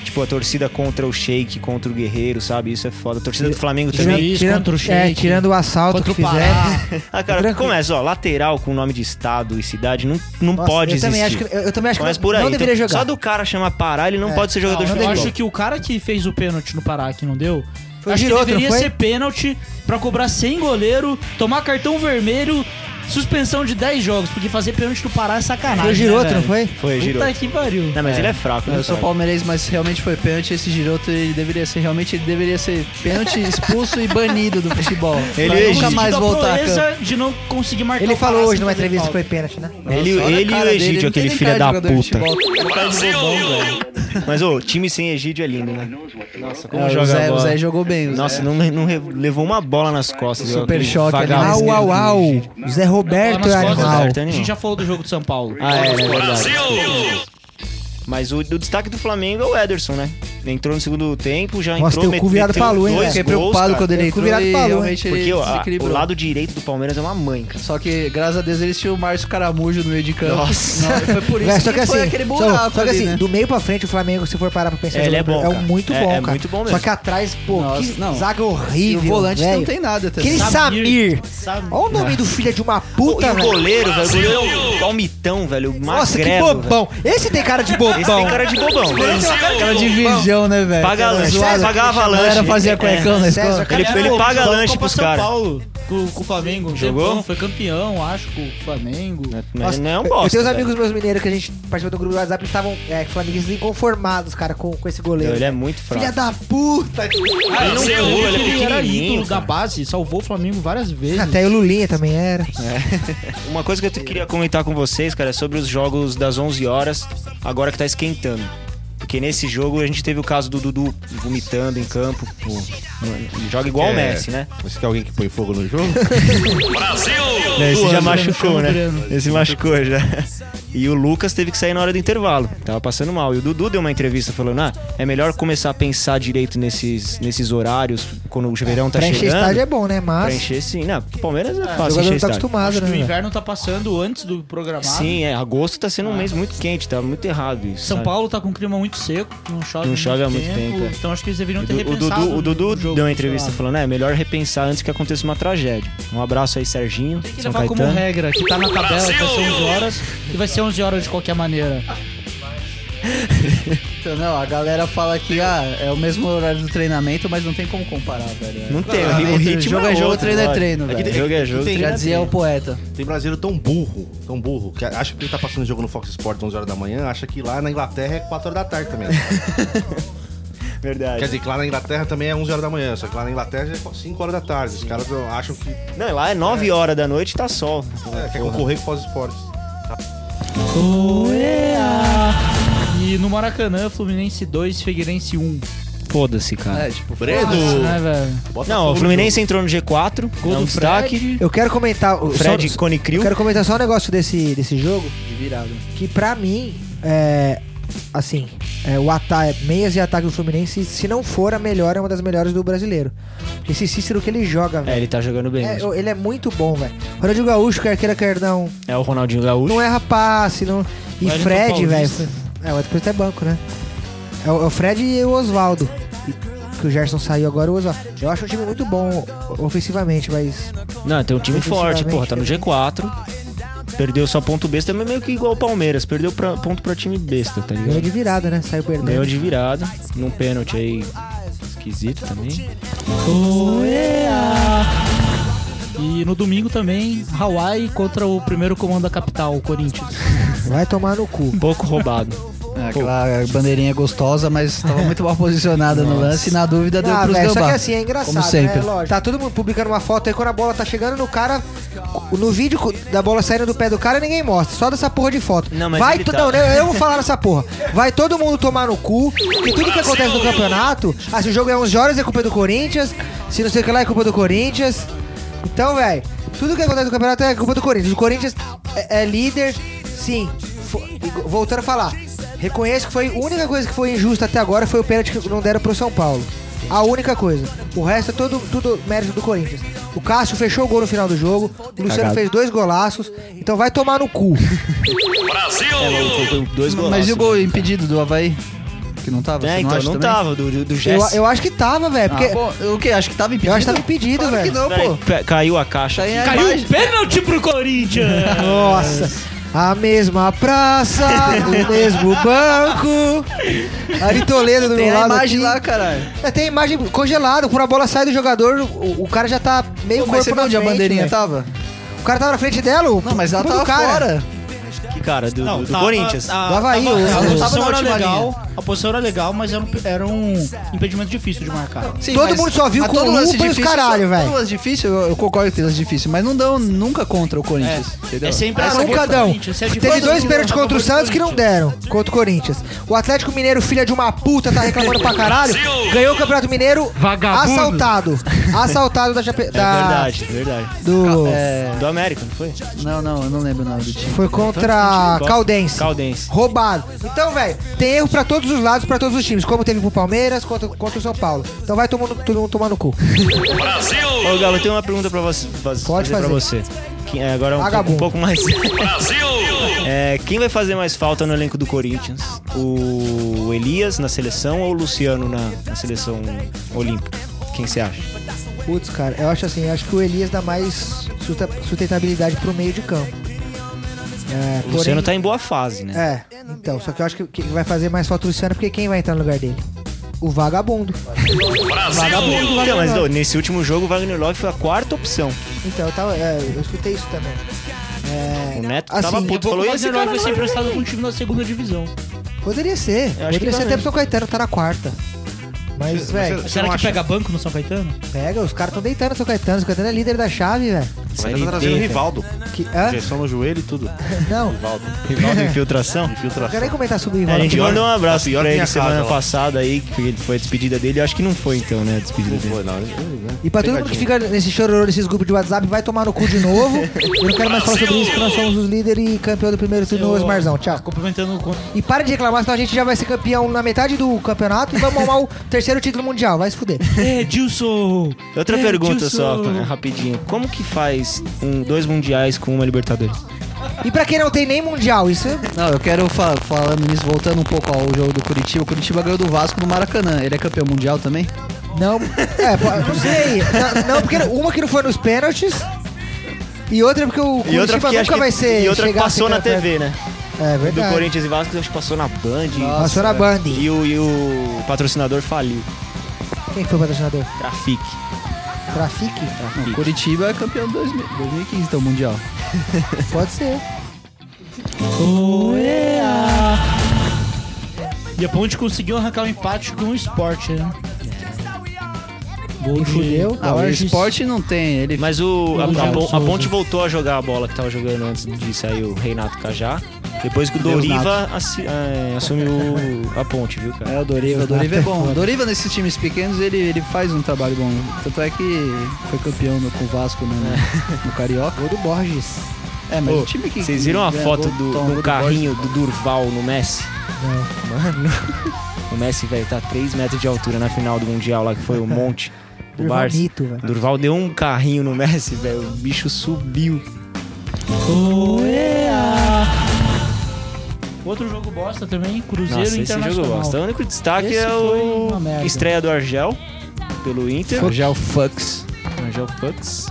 S1: Tipo, a torcida contra o Sheik, contra o Guerreiro, sabe? Isso é foda. A torcida do Flamengo também.
S2: Juiz contra o
S3: é,
S2: Sheik.
S3: tirando o assalto
S2: Contra
S3: que
S2: o Pará.
S3: fizeram.
S1: Ah, cara,
S3: Tranquilo.
S1: começa, ó, lateral com nome de estado e cidade não, não
S3: Nossa,
S1: pode
S3: eu
S1: existir.
S3: Também acho que, eu, eu também acho que
S1: Mas
S3: não-
S1: por aí,
S3: não deveria
S1: então,
S3: jogar.
S1: só do cara chamar parar, ele não
S3: É.
S1: pode ser jogador de
S2: Não, eu
S1: futebol.
S2: acho que o cara que fez o pênalti no Pará que não deu.
S3: Foi o
S2: acho
S3: Giroto,
S2: que deveria
S3: não foi?
S2: ser pênalti pra cobrar sem goleiro, tomar cartão vermelho, suspensão de 10 jogos, porque fazer pênalti no Pará é sacanagem.
S3: Foi o Giroto,
S2: né,
S3: não foi?
S2: velho?
S1: Foi, girou.
S2: Puta que pariu.
S1: Não, mas
S4: É.
S1: ele é fraco. ele é
S4: Eu sou
S1: fraco.
S4: palmeirense, mas realmente foi pênalti. Esse Giroto, ele deveria ser, realmente, ele deveria ser pênalti, expulso e banido do futebol.
S1: Ele
S4: Pra
S1: é
S4: nunca
S1: egípcio.
S4: mais
S2: Conseguiu a
S4: voltar a campo.
S2: proeza de não conseguir marcar
S3: Ele
S2: o
S3: falou
S2: Pará
S3: hoje
S2: sem
S3: numa
S2: fazer
S3: entrevista que
S2: falta.
S3: foi pênalti, né?
S1: Ele,
S4: Nossa, olha a
S1: ele e o
S4: cara dele,
S1: Egídio,
S4: não tem
S1: aquele
S4: nem
S1: filho
S4: cara de
S1: da
S4: jogador de
S1: puta.
S4: futebol. Ele é um cara de bobão, velho.
S1: Mas, ô, time sem Egídio é lindo, né? Nossa, como
S4: É, o,
S1: joga a
S4: Zé, o
S1: bola.
S4: Zé jogou bem. o Zé.
S1: Nossa, não, não re- levou uma bola nas costas. viu?
S4: Super
S1: Aquele
S4: choque ali na
S1: vagabundo.
S3: Au, au, au. Zé
S2: Bola
S3: Roberto
S2: nas
S3: é
S2: costas,
S3: animal.
S1: Roberto.
S2: A gente já falou do jogo de São Paulo.
S1: Ah, é, é verdade. é, Mas o, o destaque do Flamengo é o Ederson, né? Entrou no segundo tempo, já
S3: Nossa,
S1: entrou...
S3: teu cu
S1: met-
S3: virado
S1: meteu
S3: pra lua, hein,
S1: dois
S3: velho?
S4: É, Fiquei
S1: gols,
S4: preocupado
S1: cara.
S4: quando ele
S3: Eu fico
S4: entrou
S3: virado
S4: e
S3: pra lua, hein?
S4: realmente ele
S1: Porque ó, a- o
S4: desequilibrou.
S1: lado direito do Palmeiras é uma mãe, cara.
S4: Só que, graças a Deus, eles tinham o Márcio Caramujo no meio de campo.
S1: Nossa.
S4: Não, foi por isso
S3: É,
S4: que, foi aquele
S3: só-
S4: buraco
S3: Só, que
S4: ali,
S3: assim,
S4: né?
S3: do meio pra frente, o Flamengo, se for parar pra pensar,
S1: É, ele é bom,
S3: um
S1: cara.
S3: muito
S1: É-
S3: bom,
S1: é
S3: cara.
S1: muito bom
S3: Só
S1: mesmo.
S3: que atrás, pô,
S4: Nossa,
S3: que
S4: não.
S3: zaga
S4: E
S3: horrível.
S4: o volante
S3: velho.
S4: não tem nada. Tá
S3: Aquele
S4: ligado?
S3: Samir.
S2: Samir.
S3: Olha o nome do filho de uma
S1: E
S3: puta,
S1: o
S3: velho.
S1: goleiro, velho, o goleiro é um palmitão, velho, magrelo.
S3: Tá Nossa, que
S1: velho.
S3: bobão. Esse tem cara de bobão. é
S1: Esse tem cara de bobão. velho.
S4: Aquela de virgão, né, velho?
S1: Paga a lanche, É.
S3: César,
S1: paga a
S4: A galera
S1: avalanche.
S4: fazia cuecão na
S3: César,
S4: escola.
S1: Ele, ele paga lanche pros
S2: São
S1: caras.
S2: Paulo com, com o Flamengo. um
S1: Jogou?
S2: tempão, Foi campeão, acho, com o Flamengo.
S1: Mas não é um
S3: eu
S1: bosta.
S3: tenho uns
S1: velho.
S3: amigos meus mineiros que a gente participou do grupo do WhatsApp e estavam é, flamenguistas inconformados, cara, com, com esse goleiro.
S1: Ele é muito fraco.
S3: Filha da puta!
S1: ele não errou, ele é
S2: era
S1: pequenininho,
S2: ídolo da
S1: cara.
S2: base, salvou o Flamengo várias vezes.
S3: Até o Lulinha também era.
S1: Tá Uma coisa que eu te- queria comentar com vocês, cara, é sobre os jogos das 11 horas, agora que tá esquentando. Porque nesse jogo a gente teve o caso do Dudu vomitando em campo. pô. Ele joga igual o
S5: É.
S1: Messi, né?
S5: Mas quer alguém que põe fogo no jogo?
S1: Esse já machucou, né?
S2: Breno.
S1: Esse machucou já. E o Lucas teve que sair na hora do intervalo. Tava passando mal. E o Dudu deu uma entrevista falando: ah, é melhor começar a pensar direito nesses, nesses horários, quando o verão tá
S3: pra encher
S1: chegando.
S3: estádio é bom, né?
S1: Pra
S3: Mas
S1: encher sim. Não, o Palmeiras é
S3: o
S1: fácil
S3: jogador
S1: encher
S3: não tá
S1: estádio.
S3: acostumado,
S2: Acho que o
S3: né? velho?
S2: inverno tá passando antes do programado.
S1: Sim, é. Agosto tá sendo um mês muito quente, tá muito errado isso.
S2: São
S1: sabe?
S2: Paulo tá com um clima muito seco, não chove,
S1: Não chove
S2: há
S1: há muito tempo, é.
S2: Então acho que eles deveriam
S1: O
S2: ter
S1: Du- O
S2: repensado.
S1: Dudu, o
S2: no-
S1: Dudu
S2: no jogo,
S1: deu uma
S2: sei
S1: entrevista
S2: lá.
S1: falando, é melhor repensar antes que aconteça uma tragédia. Um abraço aí, Serginho,
S2: Tem que
S1: São
S2: levar como
S1: Caetano.
S2: regra que tá na tabela, que vai ser 11 horas, e vai ser 11 horas de qualquer maneira.
S4: Então, não, a galera fala que ah, é o mesmo horário do treinamento, mas não tem como comparar, velho.
S1: Não tem,
S4: Treinamento,
S1: o ritmo
S4: jogo é
S1: é
S4: jogo,
S1: outro,
S4: treino é
S1: lógico.
S4: treino,
S1: que
S4: velho.
S1: Jogo é jogo.
S5: tem-
S4: Já dizia o poeta.
S5: Tem brasileiro tão burro, tão burro, que acha que ele tá passando jogo no Fox Sports 11 horas da manhã, acha que lá na Inglaterra é 4 horas da tarde também. Quer
S1: Verdade.
S5: dizer, que lá na Inglaterra também é 11 horas da manhã, só que lá na Inglaterra já é 5 horas da tarde. Os caras acham que é,
S1: Não, lá é 9 horas da noite e tá sol.
S5: quer concorrer com o Fox Sports.
S2: E no Maracanã, Fluminense 2, Figueirense 1.
S1: Foda-se, cara.
S4: É, tipo,
S2: Fácil,
S5: Bredo!
S2: né, velho?
S1: Não, o Fluminense entrou no G4,
S2: Gol
S1: é um
S2: do
S1: destaque.
S2: Fred.
S3: Eu quero comentar. o-
S1: Fred
S3: só-
S1: Cone
S3: eu
S1: Crew.
S3: quero comentar só um negócio desse, desse jogo.
S4: de virado.
S3: Que pra mim, é. Assim, é, o ataque, meias e ataque do Fluminense, se não for a melhor, é uma das melhores do brasileiro. Esse Cícero que ele joga,
S1: É,
S3: velho.
S1: ele tá jogando bem.
S3: É,
S1: mesmo.
S3: ele é muito bom, velho. Ronaldinho Gaúcho, quer queira, quer não.
S1: É o Ronaldinho Gaúcho.
S3: Não erra passe, não. E
S2: Wellington
S3: Fred, velho.
S2: Paulista.
S3: É, o depois é banco, né? É o, é o Fred e o Oswaldo. E- Que o Gerson saiu agora, o Oswaldo. Eu acho um time muito bom o- ofensivamente, mas.
S1: Não, tem um time forte, porra,
S3: Defensivamente,
S1: tá no G4. Perdeu só ponto besta, também meio que igual o Palmeiras. Perdeu pra- ponto pra time besta, tá
S3: Ganhou
S1: ligado?
S3: de virada, né? Saiu perdendo.
S1: Ganhou de virada, num pênalti aí esquisito também.
S2: E no domingo também, Hawaii contra o primeiro comando da capital, o Corinthians.
S3: Vai tomar no cu.
S1: Um Pouco roubado.
S4: É, aquela bandeirinha gostosa, mas tava muito mal posicionada no lance. e Na dúvida, deu
S3: Ah,
S4: pros
S3: velho, só
S4: gambá.
S3: que assim, é engraçado,
S4: Como sempre.
S3: né? Lógico. Tá todo mundo publicando uma foto aí quando a bola tá chegando no cara. No vídeo da bola saindo do pé do cara, ninguém mostra. Só dessa porra de foto.
S1: Não, mas
S3: Vai
S1: ele
S3: to-
S1: tá.
S3: Não, né, eu, eu vou falar nessa porra. Vai todo mundo tomar no cu. Porque tudo que acontece no campeonato. Ah, se o jogo é 11 horas, é culpa do Corinthians. Se não sei o que lá, é culpa do Corinthians. Então, velho, tudo que acontece no campeonato é culpa do Corinthians. O Corinthians é, é líder, sim. Fo- e Voltando a falar, reconheço que foi a única coisa que foi injusta até agora foi o pênalti que não deram pro São Paulo. A única coisa. O resto é todo, tudo mérito do Corinthians. O Cássio fechou o gol no final do jogo. O Luciano fez dois golaços. Então vai tomar no cu.
S1: É, Foi- foi Dois golaços. né?
S4: Mas e o gol impedido do Havaí? Que não tava?
S1: É,
S4: você
S1: então,
S4: acha
S1: não
S4: também?
S1: tava, do, do
S3: Eu,
S1: Jess.
S3: eu acho que tava, velho. Porque
S4: Ah, bom, o que? Acho que tava impedido.
S3: eu acho que tava impedido,
S4: Claro que
S3: velho.
S4: não,
S1: Peraí,
S4: pô.
S1: pe- caiu a caixa.
S4: Tá aí a
S2: Caiu
S4: imagem.
S2: um pênalti pro Corinthians!
S3: Nossa. A mesma praça, o mesmo banco. Ari Toledo do
S4: Tem
S3: meu
S4: a
S3: lado.
S4: imagem
S3: aqui.
S4: lá, caralho.
S3: É, Tem a imagem congelada. Quando a bola sai do jogador, o, o cara já tá meio
S4: Pô,
S3: corpo
S4: mas você
S3: na
S4: viu onde a
S3: frente,
S4: bandeirinha
S3: velho.
S4: tava?
S3: O cara tava na frente dela? o-
S4: Não, mas ela
S3: o
S4: tava
S3: cara.
S4: fora.
S1: Que cara, do, do- do
S2: tava-
S1: Corinthians.
S2: a-
S3: Do Havaí,
S2: tava-
S3: o-
S2: a,
S3: o-
S4: tava
S2: posição
S4: na
S2: era
S4: última
S2: legal, a posição era legal, mas era um, era um impedimento difícil de marcar. É
S4: Sim,
S3: Todo
S4: mas
S3: mundo só viu
S4: a
S3: com
S4: todo lance
S3: lupa e os
S4: difícil,
S3: caralho,
S4: só-
S3: velho.
S4: Todo lance difícil, eu, eu concordo que tem lance difícil, mas não dão nunca contra o Corinthians, entendeu?
S2: É sempre
S3: Ah,
S2: essa
S3: nunca
S2: coisa do
S3: dão.
S2: Corinthians, se é de
S3: Teve
S2: quando
S3: dois
S2: que
S3: pênaltis
S2: não
S3: contra o
S2: acabou
S3: Santos que não deram. Contra o Corinthians. O Atlético Mineiro, filha de uma puta, tá reclamando pra caralho. Ganhou o Campeonato Mineiro
S2: Vagabundo.
S3: assaltado. Assaltado da... Chape-
S1: É
S3: da
S1: verdade, é verdade.
S3: do...
S4: É,
S1: Do América, não foi?
S4: não, não, eu não lembro o nome do time.
S3: Foi contra...
S1: Bastante
S3: contra
S1: Boston.
S3: Caldense.
S1: Caldense.
S3: Roubado. Então, velho, tem erro pra todos os lados, pra todos os times. Como teve pro Palmeiras, contra, contra o São Paulo. Então vai tomando, todo mundo tomar no cu.
S1: Ô, Galo, eu tenho uma pergunta pra você. Pode
S3: Pode
S1: Pra
S3: fazer.
S1: você. Que, é, agora um, pouco-
S3: Vagabundo.
S1: um pouco mais. É, quem vai fazer mais falta no elenco do Corinthians? O Elias na seleção ou o Luciano na, na seleção olímpica? Quem você acha?
S3: Putz, cara, eu acho assim, eu acho que o Elias dá mais susta- sustentabilidade pro meio de campo. É,
S1: O Luciano tá em boa fase, né?
S3: É, então, só que eu acho que, que vai fazer mais falta o Luciano, é porque quem vai entrar no lugar dele? O vagabundo. É,
S1: Vagabundo, Então, mas ô, nesse último jogo, o Wagner Love foi a quarta opção.
S3: Então, eu, tava, é, eu escutei isso também.
S1: O Neto
S3: Assim,
S1: tava puto, falou
S2: O
S1: esse
S2: Wagner
S1: cara
S2: foi
S1: não
S2: ser
S1: vai
S2: emprestado com um time da segunda divisão.
S3: Poderia ser.
S1: Eu acho que
S3: Poderia ser
S1: também.
S3: até pro São Caetano, tá na quarta. Mas, velho,
S5: Você
S2: Será
S5: não
S2: que
S5: acha-
S2: pega banco no São Caetano?
S3: pega, os caras tão deitando o São Caetano. O São Caetano é líder da chave, velho.
S5: Vai
S1: Série
S5: tá trazendo
S1: D,
S5: Rivaldo.
S3: Que- hã?
S5: Injeção no joelho e tudo.
S3: Não, não
S5: Rivaldo.
S1: Rival de infiltração?
S5: Infiltração.
S3: quero nem comentar sobre o
S1: A
S3: Ivaldo.
S1: gente mandou um abraço
S5: pior
S1: pra
S5: que minha
S1: ele semana
S5: casa lá.
S1: passada aí, que ele- foi a despedida dele. Eu Acho que não foi então, né? A despedida
S5: Não
S1: dele.
S5: foi, não. né? Ele-
S3: E pra todo mundo que fica nesse chororô, nesses grupos de WhatsApp, vai tomar no cu de novo. Eu não quero mais falar sobre isso, porque nós somos os líderes e campeão do primeiro turno no
S2: Eu-
S3: Osmarzão. Tchau.
S2: Complementando o.
S3: E para de reclamar, senão a gente já vai ser campeão na metade do campeonato e vamos arrumar o terceiro título mundial. Vai se fuder.
S2: É, Edilson!
S1: Outra
S2: Edilson!
S1: pergunta só, pra- rapidinho. Como que faz um, dois mundiais com uma Libertadores?
S3: E pra quem não tem nem mundial, isso é
S4: Não, eu quero fa falando nisso, voltando um pouco ao jogo do Curitiba. O Curitiba ganhou do Vasco no Maracanã. Ele é campeão mundial também?
S3: Não, é, pô, não sei. Na- Não, porque uma que não foi nos pênaltis. E outra porque o Curitiba nunca vai ser.
S1: e outra que
S3: chegar a ser
S1: passou na
S3: campeão.
S1: TV, né?
S3: É
S1: Do
S3: verdade.
S1: Corinthians É. e Vasco, acho que passou na Band.
S3: Passou na Band.
S1: E o, e o patrocinador faliu.
S3: Quem foi o patrocinador?
S1: Trafic.
S3: Trafique?
S4: Não, Curitiba é campeão de 2000 2015, então, mundial.
S3: Pode ser.
S2: E é a Ponte conseguiu arrancar um empate com o Sport, né? Gol
S3: E
S2: de
S3: fudeu.
S4: Ah, o
S2: Borges.
S4: esporte não tem. Ele
S1: Mas o, a, a-
S2: Mundial.
S1: a Ponte voltou a jogar a bola que tava jogando antes de sair o Reinato Cajá. Depois que o
S4: Deus
S1: Doriva assi- é, assumiu a ponte, viu, cara?
S4: É, o Doriva. O Doriva é bom. O Doriva, nesses times pequenos, ele, ele faz um trabalho bom. Tanto é que foi campeão no, com o Vasco né, no, no Carioca.
S3: Gol do Borges.
S4: É, mas
S1: Ô,
S4: o time que. é?
S1: Vocês viram a
S4: ganha
S1: foto
S4: gol,
S1: do,
S4: toma
S1: do
S4: gol do
S1: carrinho do Durval no Messi? Mano, o Messi, velho, tá 3 metros de altura na final do Mundial lá, que foi o Monte, o
S3: Durval
S1: Barça.
S3: mito, velho.
S1: Durval deu um carrinho no Messi, velho, o bicho subiu.
S2: Outro jogo bosta também, Cruzeiro
S1: Nossa, esse jogo
S2: Internacional.
S1: gosta. O único destaque
S2: Esse
S1: é
S2: foi
S1: o
S2: uma merda.
S1: estreia do Argel pelo Inter.
S4: Borges. Já o Fux.
S1: Argel Pucks.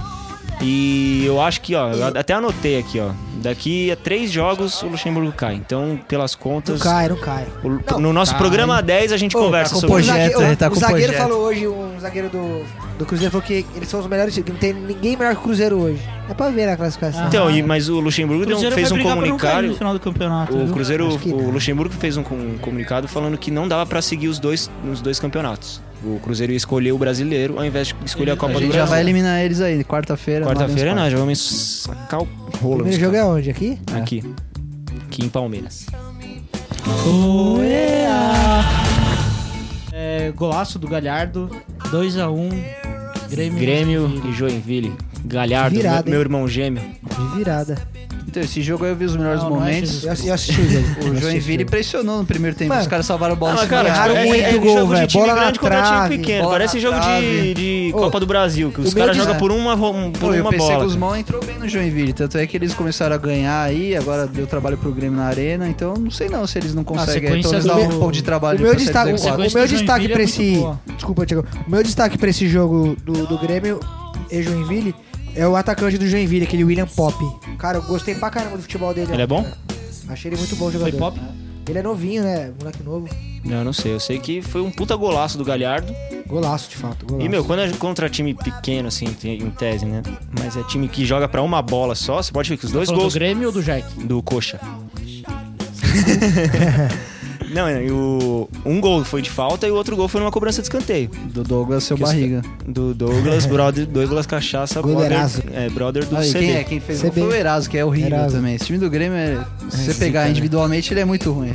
S1: E eu acho que, ó, eu até anotei aqui, ó. Daqui a três jogos o Luxemburgo cai. Então, pelas
S3: Não
S1: contas,
S3: cai, não cai.
S1: o- no nosso programa 10 a gente
S3: Ô,
S1: conversa
S4: tá com
S1: sobre isso.
S4: projeto,
S3: o
S4: ele tá
S3: o
S4: com
S3: zagueiro
S4: projeto.
S3: falou hoje, um zagueiro do, do Cruzeiro falou que eles são os melhores times, que não tem ninguém melhor que o Cruzeiro hoje. É pra ver na classificação.
S2: Ah.
S1: Então, e- mas o Luxemburgo
S2: O
S1: deu um-
S2: Cruzeiro
S1: fez
S2: vai
S1: um
S2: brigar pra não cair
S1: comunicado.
S2: no final do campeonato.
S1: O
S2: viu?
S1: Cruzeiro,
S3: Acho que
S1: o
S3: não.
S1: Luxemburgo fez um, com- um comunicado falando que não dava pra seguir os dois nos dois campeonatos. O Cruzeiro ia escolher o brasileiro ao invés de escolher a
S2: Ele-
S1: Copa
S4: A
S1: do
S4: gente já
S1: Brasil.
S4: vai eliminar né? eles aí, quarta-feira. no
S1: Quarta-feira é
S4: Allianz
S1: nós já vamos sacar o
S3: o
S1: rolo.
S3: primeiro jogo é onde? Aqui?
S1: Aqui. Aqui em Palmeiras.
S2: É, golaço do Galhardo, 2x1. Grêmio.
S1: Grêmio e Joinville. Galhardo,
S3: Virada,
S1: meu, meu irmão gêmeo.
S3: De virada.
S4: Parque. Então, esse jogo aí eu vi os melhores
S2: Não, não é
S4: momentos.
S2: Jesus.
S3: Eu, eu assisti o jogo. Eu assisti
S4: o
S3: o
S4: Joinville
S3: jogo.
S4: pressionou no primeiro tempo.
S3: Mano,
S4: os caras salvaram a bola.
S1: Ah,
S4: em
S1: mas,
S4: cima
S1: cara,
S4: da
S3: erraram
S1: é,
S4: área.
S3: muito
S1: é jogo
S3: gol,
S1: de
S3: velho.
S1: time
S3: Bola na
S1: grande contra time
S3: trave.
S1: pequeno.
S4: Bola
S1: Parece
S4: na
S1: jogo de,
S4: trave.
S1: de
S3: Ô,
S1: Copa do Brasil, que os
S3: o
S1: caras
S3: meu
S1: jogam
S3: des-
S1: por uma, ro-
S4: Pô,
S1: por
S4: eu
S1: uma
S4: pensei que
S1: bola.
S4: os Guzmão entrou bem no Joinville, tanto é que eles começaram a ganhar aí, agora deu trabalho pro Grêmio na arena, então não sei não se eles não conseguem aí, pelo
S2: sequência
S4: menos dar um
S2: do-
S4: pouco de trabalho
S3: O meu
S4: pra sair do
S3: destaque,
S4: Z4.
S3: o,
S2: Sequência
S3: meu
S2: do
S3: destaque
S2: Joinville é
S3: pra
S2: muito
S3: esse.
S2: boa.
S3: Desculpa, Tiago. O meu destaque pra esse jogo do, do Grêmio e Joinville é o atacante do Joinville, aquele William Pop. Cara, eu gostei pra caramba do futebol dele.
S1: Ele é bom?
S3: Achei ele muito bom
S2: Foi
S3: jogador.
S2: pop?
S3: Ele é novinho, né? Moleque novo.
S1: Não, eu não sei. Eu sei que foi um puta golaço do Galhardo.
S3: Golaço, de fato. Golaço.
S1: E, meu, quando é contra time pequeno, assim, te- em tese, né? Mas é time que joga pra uma bola só, você pode ver que os dois
S2: Falou do
S1: gols
S2: Grêmio ou do Jack?
S1: do Coxa. não, e o, um gol foi de falta e o outro gol foi numa cobrança de escanteio.
S4: Do Douglas, seu
S1: Que os-
S4: é barriga.
S1: Do Douglas, brother, Douglas Cachaça,
S3: Goleiraço.
S1: brother, é, brother do
S4: Aí,
S1: CB.
S4: quem é? Quem fez o gol
S3: CB.
S4: foi o Eraso, que é horrível
S3: Eraso.
S4: também. Esse time do Grêmio, é, se você pegar
S1: né?
S4: individualmente, ele é muito ruim.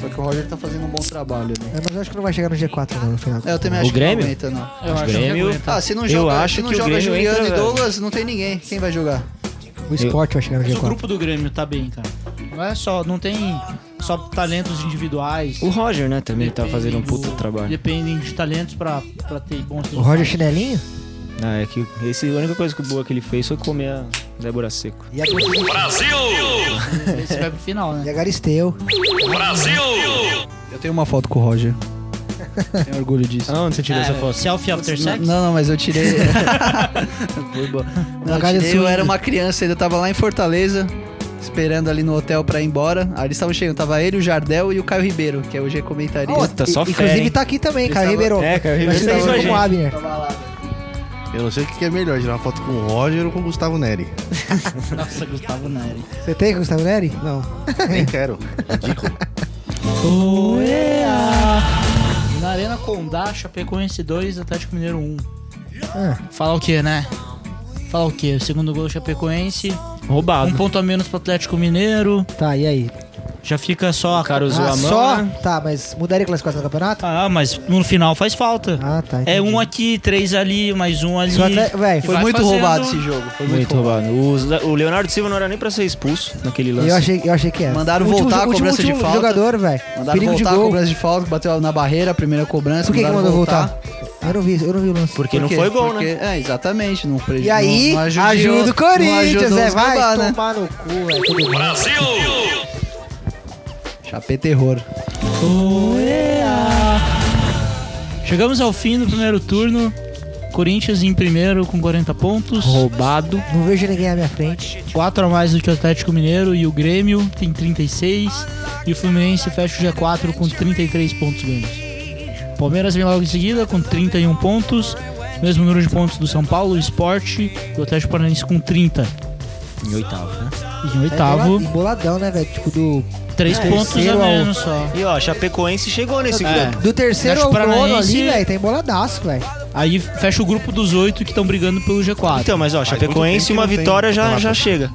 S4: Só que o Roger tá fazendo um bom trabalho, né?
S3: É, mas eu acho que não vai chegar no G4, não, no final.
S4: É, Eu também
S1: O
S4: acho que
S1: Grêmio?
S4: não aguenta, não.
S2: Eu
S1: acho que Grêmio- não aguenta.
S4: Ah, se não
S1: Eu
S4: joga,
S1: acho
S4: se não
S1: que o
S4: joga
S1: Grêmio
S4: Juliano
S1: entra,
S4: e
S1: velho.
S4: Douglas, não tem ninguém. Quem vai jogar?
S3: O Sport vai chegar no
S2: Mas o
S3: G4.
S2: grupo do Grêmio tá bem, cara. Não é só, não tem só talentos individuais.
S1: O Roger, né, também tá
S2: Dependem
S1: fazendo um puta
S2: do-
S1: trabalho.
S2: Dependem de talentos pra, pra ter bons
S3: O Roger
S2: resultados.
S3: Chinelinho?
S1: Ah, é que esse, a única coisa que boa que ele fez foi comer a Débora Seco.
S3: E a, e
S2: Esse vai pro final, né?
S3: a Galisteu.
S4: Eu tenho uma foto com o Roger. Tenho orgulho disso.
S1: Aonde você tirou
S2: É,
S1: essa foto?
S2: Selfie after
S4: Não,
S2: sex?
S4: não, mas eu tirei. Foi boa. Não, eu,
S3: Agora eu
S4: tirei,
S3: sou
S4: eu era
S3: índio.
S4: uma criança ainda, eu tava lá em Fortaleza, esperando ali no hotel pra ir embora. Aí eles estavam chegando, tava ele, o Jardel e o Caio Ribeiro, que é hoje é comentarista.
S1: Ó, tá só
S3: Inclusive
S1: fera, hein?
S3: tá aqui também,
S4: Ele
S3: cara.
S4: tava-
S3: Ribeiro.
S1: É, cara, o
S3: Mas
S1: Ribeiro
S3: tá
S1: tá com a
S3: aqui
S1: gente.
S3: com o Abner.
S4: Tava lá, velho.
S5: Eu não sei o que que é melhor, tirar uma foto com o Roger ou com o Gustavo Neri.
S2: Nossa, Gustavo Neri.
S3: Você tem com o Gustavo Neri?
S5: Não, nem quero. Ridículo.
S2: Na Arena Condá, Chapecoense 2, Atlético Mineiro 1.
S3: Ah.
S2: Falar o que, né? Falar o que? Segundo gol do Chapecoense.
S1: Roubado.
S2: Um ponto a menos pro Atlético Mineiro.
S3: Tá, e aí?
S2: Já fica só a cara.
S1: Usou
S3: ah,
S1: a mão,
S3: só?
S1: né?
S3: Tá, mas mudaria a classificação do campeonato?
S2: Ah, mas no final faz falta.
S3: Ah, tá.
S2: é
S3: entendi.
S2: um aqui, três ali, mais um ali.
S3: Se o Atlético- Véi,
S2: E
S4: Foi
S2: vai
S4: muito
S2: fazendo-
S4: roubado esse jogo. Foi
S1: Muito
S4: muito, roubado.
S1: roubado. O, Zé- o Leonardo Silva não era nem pra ser expulso naquele lance.
S3: eu achei, eu achei que era.
S4: Mandaram
S3: Último
S4: voltar
S3: jo-
S4: a
S3: último-
S4: cobrança de
S3: último
S4: falta.
S3: jogador, velho.
S4: Mandaram
S3: Perigo de
S4: voltar a
S3: gol.
S4: cobrança de falta, bateu na barreira, a primeira cobrança.
S3: Por que, que
S4: mandaram
S3: mandou voltar? Eu não vi, eu não vi o lance.
S1: Porque
S4: Por
S1: não
S4: quê?
S1: foi gol,
S4: Porque-
S1: né?
S4: É, exatamente. Não pre...
S3: E aí,
S4: não- não ajudou-
S3: ajuda o
S4: não
S3: Corinthians,
S4: ajudou
S3: é,
S4: os
S3: vai
S4: babá, né?
S3: tomar no cu, velho. Tudo bem.
S4: Chapé terror.
S2: Chegamos ao fim do primeiro turno. Corinthians em primeiro com 40 pontos.
S1: Roubado.
S3: Não vejo ninguém à minha frente.
S2: 4 a mais do que o Atlético Mineiro e o Grêmio tem 36 e o Fluminense fecha o G4 com 33 pontos ganhos. Palmeiras vem logo em seguida com 31 pontos, mesmo número de pontos do São Paulo, Sport e o Atlético Paranaense com 30.
S1: Em oitavo, né?
S2: E em oitavo,
S3: É, boladão, né, velho? Tipo, do,
S2: 3
S3: é,
S2: pontos a
S3: terceiro ao-
S2: menos só.
S1: E ó, a Chapecoense chegou nesse grupo.
S3: do terceiro ao
S2: Atlético
S3: nono
S2: Paranaense-
S3: ali, velho. Tá emboladaço, velho.
S2: Aí fecha o grupo dos 8 que estão brigando pelo G4.
S1: Então, mas ó,
S5: muito tempo
S1: Chapecoense
S5: que
S1: uma
S5: não tem
S1: vitória já,
S5: campeonato.
S1: já chega.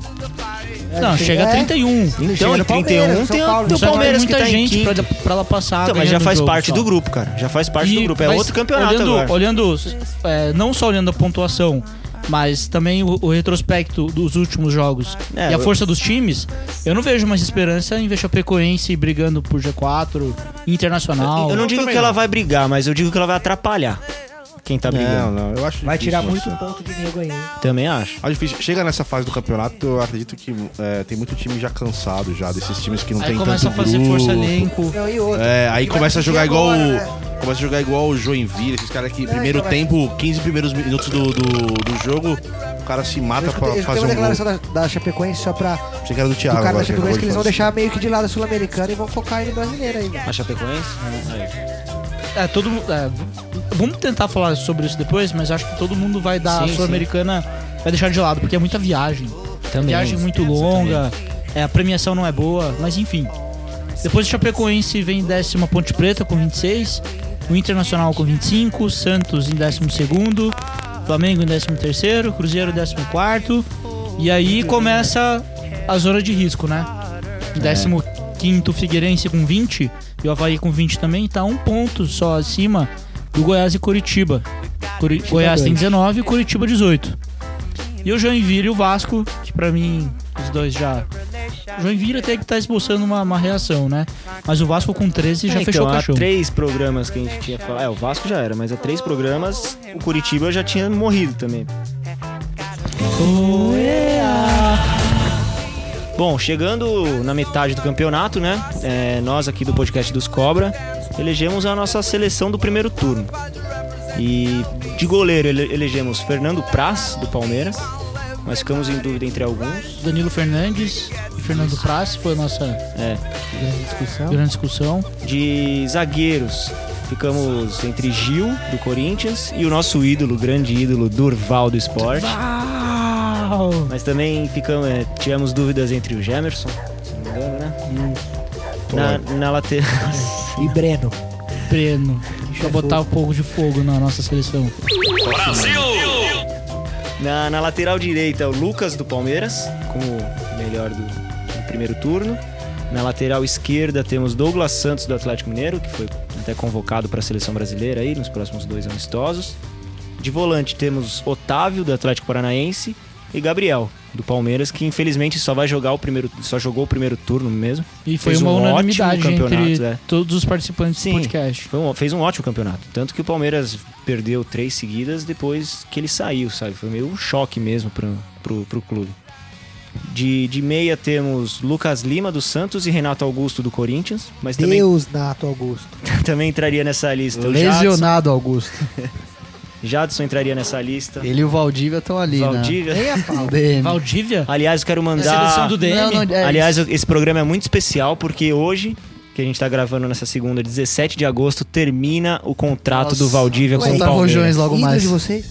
S2: não, chega a
S3: é.
S2: 31.
S1: Então,
S3: chega
S1: em
S3: no Palmeiras,
S1: 31
S3: São
S1: tem, Então,
S3: Paulo.
S1: o- tem o
S2: Só
S1: Palmeiras que
S2: muita
S1: tá em
S2: gente pra,
S1: quinto.
S2: pra ela passar.
S1: Então, mas já
S2: ganhando o
S1: faz
S2: jogo
S1: parte
S2: só.
S1: do grupo, cara. Já faz parte
S2: E-
S1: do grupo. É
S2: mas
S1: outro campeonato
S2: olhando,
S1: agora.
S2: Olhando, é, não só olhando a pontuação, mas também o, o retrospecto dos últimos jogos
S1: É,
S2: e a
S1: eu-
S2: força dos times, eu não vejo mais esperança em ver Chapecoense brigando por G4, Internacional.
S1: Eu não digo
S5: também
S1: que ela
S5: não.
S1: vai brigar, mas eu digo que ela vai atrapalhar quem tá brigando.
S5: não, eu acho
S3: Vai tirar
S5: difícil
S3: muito
S5: isso.
S3: ponto de nego aí. hein?
S1: Também acho.
S5: Acho Ah, difícil. Chega nessa fase do campeonato, eu acredito que é, tem muito time já cansado já, desses times que não
S2: Aí
S5: tem
S2: começa a
S5: tanto
S2: fazer
S5: grupo.
S2: força elenco.
S3: Não, e outro.
S5: É, aí
S3: E
S5: começa
S3: vai
S5: a jogar
S3: pedir
S5: igual
S3: agora,
S5: o-
S3: né?
S5: Começa a jogar igual o Joinville, esses caras que
S3: Não,
S5: primeiro
S3: então vai-
S5: tempo, 15 primeiros minutos do, do, do jogo, o cara se
S3: Eu
S5: mata
S3: escutei, eu
S5: pra
S3: escutei
S5: fazer
S3: uma
S5: um
S3: declaração
S5: gol.
S3: da, da Chapecoense só pra.
S5: Achei que era do
S3: Do
S5: Thiago
S3: cara
S5: agora,
S3: da Chapecoense
S5: acabou
S3: que eles
S5: de
S3: vão
S5: falar.
S3: deixar meio que de lado a Sul-Americana e vão focar em brasileiro aí, velho.
S1: A Chapecoense?
S2: É, todo, mu- é, v- vamos tentar falar sobre isso depois, mas acho que todo mundo vai dar
S1: Sim,
S2: a Sul-Americana, vai deixar de lado, porque é muita viagem.
S1: Também.
S2: Viagem muito longa, é, a premiação não é boa, mas enfim. Depois o Chapecoense vem em décima Ponte Preta com 26, o Internacional com 25, Santos em décimo segundo, Flamengo em décimo terceiro, Cruzeiro em décimo quarto, e aí começa a zona de risco, né?
S1: É.
S2: Em décimo quinto Figueirense com 20 e o Havaí com 20 também, tá um ponto só acima do Goiás e Curitiba. Curi- Goiás tem 19 e Curitiba 18. E o Joinville e o Vasco, que pra mim os dois já. O Joinville até que tá esboçando uma, uma reação, né? Mas o Vasco com 13 já
S1: É,
S2: fechou
S1: então,
S2: o
S1: há
S2: caixão.
S1: três programas que a gente tinha falado. É, o Vasco já era, mas há três programas o Curitiba já tinha morrido também. Bom, chegando na metade do campeonato, né? é, nós aqui do podcast dos Cobra elegemos a nossa seleção do primeiro turno. E de goleiro ele- elegemos Fernando Praz, do Palmeiras, mas ficamos em dúvida entre alguns.
S2: Danilo Fernandes e Fernando Prass foi a nossa
S1: É,
S3: Grande discussão.
S2: grande discussão.
S1: de zagueiros. Ficamos entre Gil, do Corinthians, e o nosso ídolo, o grande ídolo, Durval do esporte. Mas também ficamos, é, tivemos dúvidas entre o Gemerson, se não me engano, né? Na, na lateral.
S3: E Breno.
S2: Breno, pra botar um pouco de fogo na nossa seleção.
S1: Na, na lateral direita, o Lucas do Palmeiras, como o melhor do, do primeiro turno. Na lateral esquerda temos Douglas Santos do Atlético Mineiro, que foi até convocado para a seleção brasileira aí nos próximos dois amistosos. De volante temos Otávio do Atlético Paranaense e Gabriel do Palmeiras, que infelizmente só vai jogar o primeiro, só jogou o primeiro turno mesmo.
S2: E foi
S1: Fez
S2: uma
S1: um ótimo
S2: unanimidade entre
S1: campeonato, é.
S2: todos os participantes
S1: Sim.
S2: do podcast.
S1: Foi um- fez um ótimo campeonato. Tanto que o Palmeiras perdeu três seguidas depois que ele saiu, sabe? Foi meio um choque mesmo pro, pro, pro clube. De, de meia temos Lucas Lima do Santos e Renato Augusto do Corinthians, mas também,
S3: Deus, Nato Augusto.
S1: também entraria nessa lista. O Jadson,
S4: Lesionado, Augusto.
S1: Jadson entraria nessa lista.
S4: Ele e o Valdívia estão ali,
S1: Valdívia.
S3: Nem a
S4: né?
S3: pau.
S4: No DM.
S2: Valdívia?
S1: Aliás, eu quero
S2: Da
S1: mandar.
S2: seleção do DM?
S4: Não, não, é
S1: Aliás, esse programa é muito especial porque hoje, que a gente tá gravando nessa segunda, 17 de agosto, termina o contrato
S4: Nossa.
S1: do Valdívia
S4: Vou
S1: com o
S4: soltar
S1: Palmeiras.
S4: rojões logo
S3: Ídolo
S4: mais.
S3: de vocês?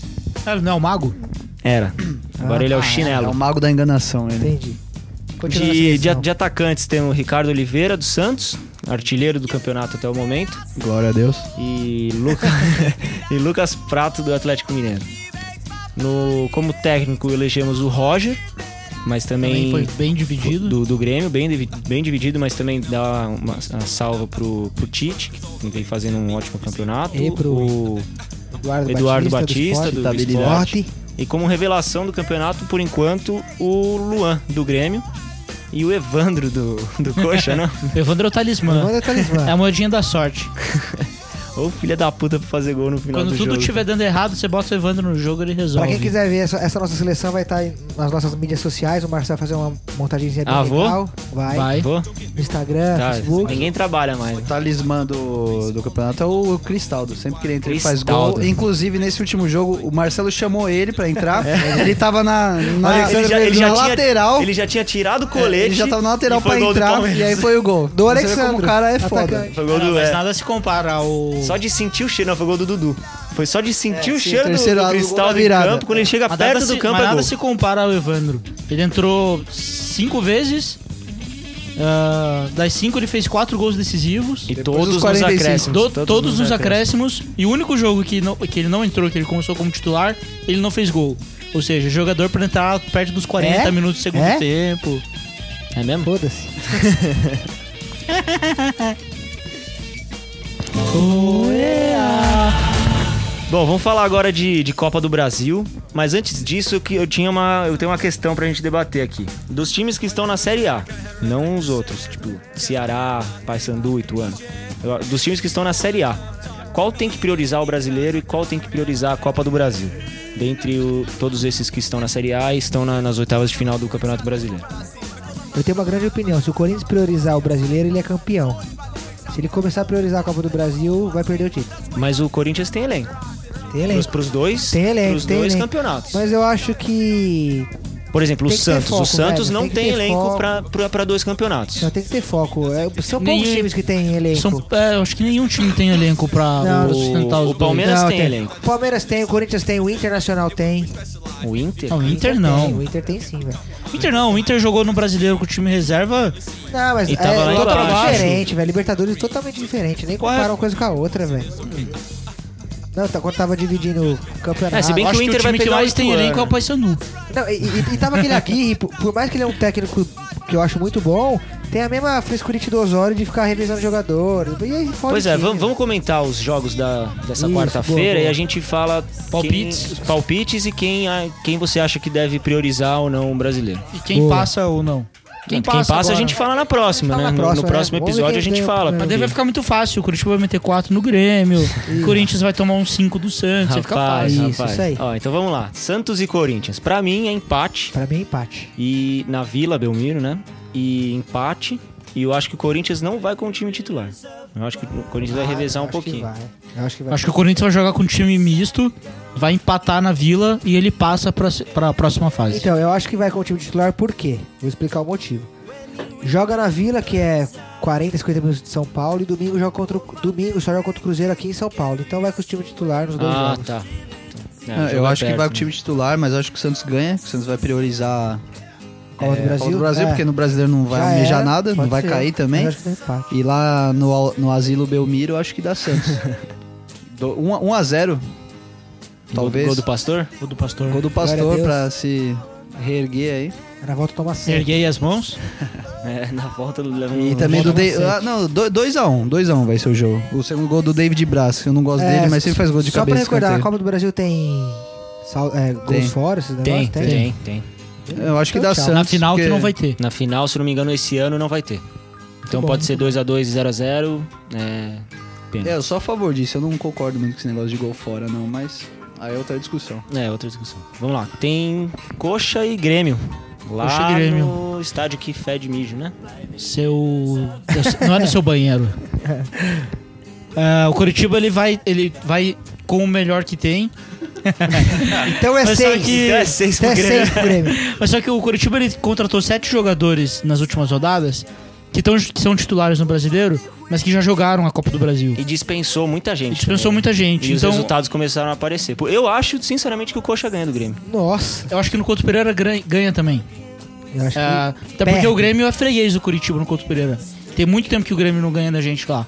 S2: Ah, Não é o Mago?
S1: Era. Agora ele é o
S4: É o
S1: chinelo.
S4: mago da enganação, ele.
S3: Entendi. Continua na
S1: De, de,
S3: seleção.
S1: de atacantes tem o Ricardo Oliveira do Santos, artilheiro do campeonato até o momento,
S4: Glória a Deus.
S1: e, Luca- e Lucas Prato do Atlético Mineiro. No, como técnico elegemos o Roger, mas
S2: Também
S1: também,
S2: foi bem dividido.
S1: do, do Grêmio, bem, divi- bem dividido, mas também dá uma, uma salva pro, pro Tite, que vem fazendo um ótimo campeonato.
S3: E pro
S1: o
S3: Eduardo,
S1: Eduardo Batista,
S3: do
S1: do,
S4: tá
S1: do
S4: habilidado.
S1: Sport. E como revelação do campeonato, por enquanto, o Luan, do Grêmio. E o Evandro, do, do Coxa, né? não?
S2: Evandro é o
S3: Esporte.
S2: talismã.
S3: Manda talismã.
S2: É a moedinha da sorte.
S1: Ou filha da puta pra fazer gol no final
S2: Quando
S1: do
S2: tudo
S1: jogo.
S2: estiver dando errado, você bota o Evandro no jogo e ele
S3: Pra
S2: resolve.
S3: quem quiser ver, essa, essa nossa seleção vai estar nas nossas mídias sociais. O Marcelo vai fazer uma montagenzinha bem
S1: Ah, vou?
S3: legal. Vai.
S2: Vai.
S1: Vou?
S3: No Instagram,
S1: Tá,
S3: Facebook.
S1: ninguém trabalha mais.
S4: O talismã do, do campeonato é o Cristaldo. Sempre que ele entra, ele faz gol.
S1: Cristaldo.
S4: Inclusive, nesse último jogo, o Marcelo chamou ele pra entrar. Ele tava na, na,
S1: É. ele já, ele
S4: na
S1: já tinha,
S4: lateral.
S1: Ele já tinha tirado o
S4: É,
S1: colete.
S4: ele já tava na lateral
S1: e foi
S4: pra
S1: gol do
S4: entrar.
S1: Palmeiras.
S4: E aí foi o gol.
S3: Do
S4: Você vê como
S3: Alexandre,
S4: O cara é foda.
S3: atacante.
S1: Foi gol
S2: Não,
S1: do
S2: mas
S1: é.
S2: nada se compara ao.
S1: Só de sentir o cheiro, não, foi gol do Dudu. Foi só de sentir
S4: É,
S1: o
S4: sim,
S1: cheiro do,
S4: terceiro
S1: do
S4: lado, gol da
S1: cristal de
S4: virada.
S1: campo. Quando ele chega
S2: Mas nada
S1: perto
S2: se-
S1: do campo,
S2: mas
S1: é
S2: nada
S1: gol.
S2: se compara ao Evandro. Ele entrou cinco vezes. ah, das cinco, ele fez quatro gols decisivos.
S1: E
S4: Depois
S1: todos
S4: dos
S1: nos
S4: 45.
S1: acréscimos.
S2: Do- todos, nos acréscimos. E o único jogo que, não- que ele não entrou, que ele começou como titular, ele não fez gol. Ou seja, jogador pra entrar perto dos 40
S3: É?
S2: minutos do segundo
S3: É?
S2: tempo.
S1: É mesmo?
S3: Foda-se.
S1: Bom, vamos falar agora de, de Copa do Brasil. Mas antes disso, eu, que- eu, tinha uma, eu tenho uma questão pra gente debater aqui. Dos times que estão na Série A, não os outros, tipo Ceará, Paysandu, Ituano. Eu- Dos times que estão na Série A, qual tem que priorizar o brasileiro e qual tem que priorizar a Copa do Brasil? Dentre o- todos esses que estão na Série A e estão na- nas oitavas de final do Campeonato Brasileiro.
S3: Eu tenho uma grande opinião. Se o Corinthians priorizar o brasileiro, ele é campeão. Se ele começar a priorizar a Copa do Brasil, vai perder o título.
S1: Mas o Corinthians tem elenco.
S3: Tem
S1: Pros,
S3: elenco.
S1: pros dois,
S3: Tem elenco,
S1: pros
S3: tem
S1: dois
S3: elenco.
S1: campeonatos.
S3: Mas eu acho que
S1: Por exemplo,
S3: Tem
S1: o
S3: que ter
S1: Santos.
S3: foco,
S1: o Santos não
S3: velho, tem que
S1: tem,
S3: ter
S1: elenco
S3: foco.
S1: pra- pra pra dois campeonatos.
S3: não tem que ter foco. É, são
S2: Nem-
S3: poucos times que tem elenco.
S2: São, é, eu acho que nenhum time tem elenco pra
S3: Não.
S2: pra
S1: O-
S2: sustentar os
S1: o
S2: dois.
S1: Palmeiras-
S3: Não,
S1: tem elenco.
S3: Palmeiras tem, o Corinthians tem, o Internacional tem.
S1: O Inter?
S2: Não, o Inter
S3: Tem, o
S2: não.
S3: Inter tem sim, velho.
S2: O Inter não. O Inter jogou no brasileiro com o time reserva.
S3: Não, mas
S1: E tava lá
S3: é
S1: embaixo.
S3: totalmente diferente, velho. Libertadores é totalmente diferente. Nem
S2: Qual é?
S3: compara uma coisa com a outra, velho. Não, tá, quando tava dividindo o campeonato.
S1: É, se bem que
S2: Eu acho
S1: o
S2: que o
S1: Inter vai
S2: time que
S1: pegar o
S2: mais tem
S1: Ituano.
S2: elenco é o Paysandu.
S3: Não, e, e- e tava aquele Aguirre, por, por mais que ele é um técnico que eu acho muito bom, tem a mesma frescurite do Osório de ficar revisando jogadores. E aí, fora
S1: Pois
S3: o
S1: é,
S3: time.
S1: vamos, vamos comentar os jogos da, dessa
S3: Isso, boa,
S1: quarta-feira
S3: boa.
S1: e a gente fala
S2: Palpites.
S1: quem- os palpites e quem, a- quem você acha que deve priorizar ou não o brasileiro.
S2: E quem
S3: Boa.
S2: passa ou não. Quem passa,
S1: a
S2: agora?
S1: gente fala na próxima, né?
S3: Fala na
S1: No-
S3: próxima,
S1: no
S3: né?
S1: próximo
S3: Vamos ver
S1: episódio a
S3: quem
S1: gente
S3: ganha o
S1: fala.
S3: primeiro.
S2: Mas
S1: porque-
S2: daí vai ficar muito fácil. O Curitiba vai meter 4 no Grêmio. O Corinthians vai tomar um 5 do Santos. Vai ficar
S1: Rapaz,
S2: fácil.
S3: Isso,
S1: rapaz.
S3: isso aí.
S1: Ó, então vamos lá. Santos e Corinthians. Pra mim é empate.
S3: Pra mim é empate.
S1: E na Vila Belmiro, né? E empate. E eu acho que o Corinthians não vai com o time titular. Eu acho que o Corinthians vai revezar um
S3: Eu Ah, acho que
S1: pouquinho.
S3: vai. Eu acho que vai.
S2: Acho que o Corinthians vai jogar com um time misto, vai empatar na Vila e ele passa pra, se- pra próxima fase.
S3: Então, eu acho que vai com o time titular por quê? Vou explicar o motivo. Joga na Vila, que é 40, 50 minutos de São Paulo, e domingo joga contra o, domingo só joga contra o Cruzeiro aqui em São Paulo. Então vai com o time titular nos dois
S1: Ah,
S3: jogos.
S1: tá. É,
S4: Não,
S1: jogo
S4: eu acho que
S1: aberto,
S4: vai
S1: né?
S4: com o time titular, mas eu acho que o Santos ganha. Que o Santos vai priorizar
S3: Copa do
S4: é,
S3: Brasil?
S4: Copa do Brasil
S3: É.
S4: porque no brasileiro não vai
S3: Já
S4: almejar
S3: era,
S4: nada, não
S3: pode
S4: vai
S3: ser.
S4: cair
S3: Mas
S4: também.
S3: acho que tem empate.
S4: E lá no, al- no Asilo Belmiro, eu acho que dá Santos. 1x0.
S1: Gol-
S4: Talvez.
S1: Gol do Pastor?
S2: O do Pastor.
S4: Gol do
S3: Glória a
S4: Pastor
S3: Deus.
S4: pra se reerguer aí.
S3: Na volta toma 100.
S2: Erguei as mãos.
S1: É, na volta leva um...
S4: E também do um,
S3: volta
S4: David.
S3: com sete.
S4: não, 2x1. 2x1 vai ser o jogo. O segundo gol do David Braz. Eu não gosto dele, mas sempre faz gol de
S3: É, só
S4: cabeça.
S3: Só pra recordar,
S4: escanteio.
S3: a Copa do Brasil tem sal- é, gols
S4: Tem.
S3: fora, esses
S1: Tem,
S3: negócios?
S1: tem, tem. tem.
S4: Eu acho que
S3: Então,
S4: dá
S3: tchau.
S4: Santos.
S2: Na final
S4: porque-
S2: que não vai ter.
S1: Na final, se não me engano, esse ano não vai ter. Então
S2: Tá
S3: Bom.
S1: pode ser 2x2 e 0x0. É,
S4: É, eu sou a favor disso. Eu não concordo muito com esse negócio de gol fora, não, mas aí é outra discussão.
S1: é, outra discussão. Vamos lá. Tem Coxa e Grêmio. Lá
S2: Coxa e Grêmio.
S1: no estádio que fede mijo, né?
S2: Seu. Não é no seu banheiro. Ah, o Curitiba ele vai, ele vai com o melhor que tem.
S3: Então é
S2: Mas só
S3: seis.
S2: que-
S1: Então é 6
S3: Então
S1: pro
S3: é
S1: Grêmio.
S3: seis pro Grêmio.
S2: Mas só que o Curitiba ele contratou sete jogadores nas últimas rodadas que, tão, que são titulares no brasileiro, mas que já jogaram a Copa do Brasil.
S1: E dispensou muita gente.
S2: E dispensou
S1: também.
S2: muita gente.
S1: E os
S2: então,
S1: resultados começaram a aparecer. Pô, Eu acho, sinceramente, que o Coxa ganha do Grêmio.
S3: Nossa.
S2: eu acho que no Couto Pereira gran- ganha também.
S3: Eu acho
S2: Ah, até porque
S3: perde.
S2: o Grêmio é freguês do Curitiba no Couto Pereira. Tem muito tempo que o Grêmio não ganha da gente lá.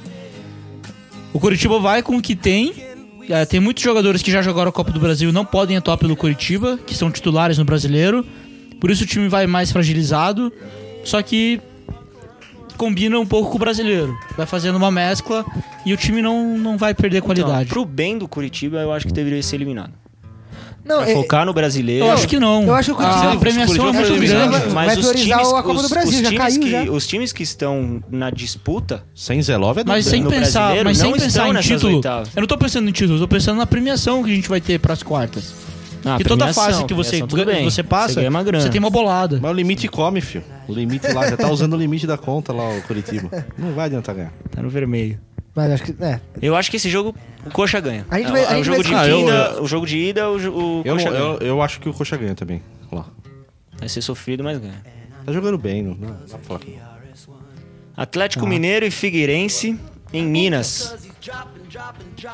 S2: O Curitiba vai com o que tem. Ah, tem muitos jogadores que já jogaram a Copa do Brasil e não podem atuar pelo Curitiba, que são titulares no brasileiro. Por isso o time vai mais fragilizado. Só que combina um pouco com o brasileiro. Vai fazendo uma mescla e o time não, não vai perder
S1: Então,
S2: qualidade.
S1: pro bem do Curitiba, eu acho que deveria ser eliminado.
S3: que... Não,
S1: Pra
S3: é-
S1: focar no brasileiro.
S2: eu acho que não.
S3: eu acho que o
S2: a
S3: Curitiba-
S2: premiação é
S5: o Curitiba
S2: muito
S5: foi
S2: grande.
S3: eliminado. vai priorizar a Copa do
S1: os-
S3: Brasil,
S1: os
S3: já
S1: times
S3: caiu,
S1: que,
S3: já.
S1: Os times que estão na disputa
S5: Sem Zelov é
S2: Mas
S5: doido.
S2: sem
S1: no
S2: pensar,
S1: brasileiro
S2: mas sem
S1: não
S2: pensar
S1: estão
S2: em
S1: nessas
S2: título.
S1: oitavas.
S2: Eu não tô pensando em título, eu tô pensando na premiação que a gente vai ter pras quartas.
S1: Ah,
S2: que toda
S1: premiação,
S2: fase que você,
S1: premiação, tudo
S2: ganha-
S1: bem.
S2: você passa,
S1: Você ganha uma grana.
S2: você tem uma bolada.
S5: Mas o limite come, filho. O limite lá, já tá usando o limite da conta lá, o Curitiba. Não vai adiantar ganhar.
S1: Tá no vermelho.
S3: Mas acho que... É.
S1: Eu acho que esse jogo, o Coxa ganha.
S3: A gente
S1: É,
S3: vai-
S1: é
S3: a
S1: o,
S3: gente
S1: jogo
S3: vai
S1: de
S5: discutir.
S1: ida,
S5: Ah,
S1: o jogo de ida, o, jo- o
S5: Eu,
S1: Coxa
S5: não-
S1: ganha.
S5: eu, eu acho que o Coxa ganha também. Lá.
S1: Vai ser sofrido, mas ganha.
S5: Tá jogando bem, não, não dá pra falar que não.
S1: Atlético Mineiro e Figueirense em Minas.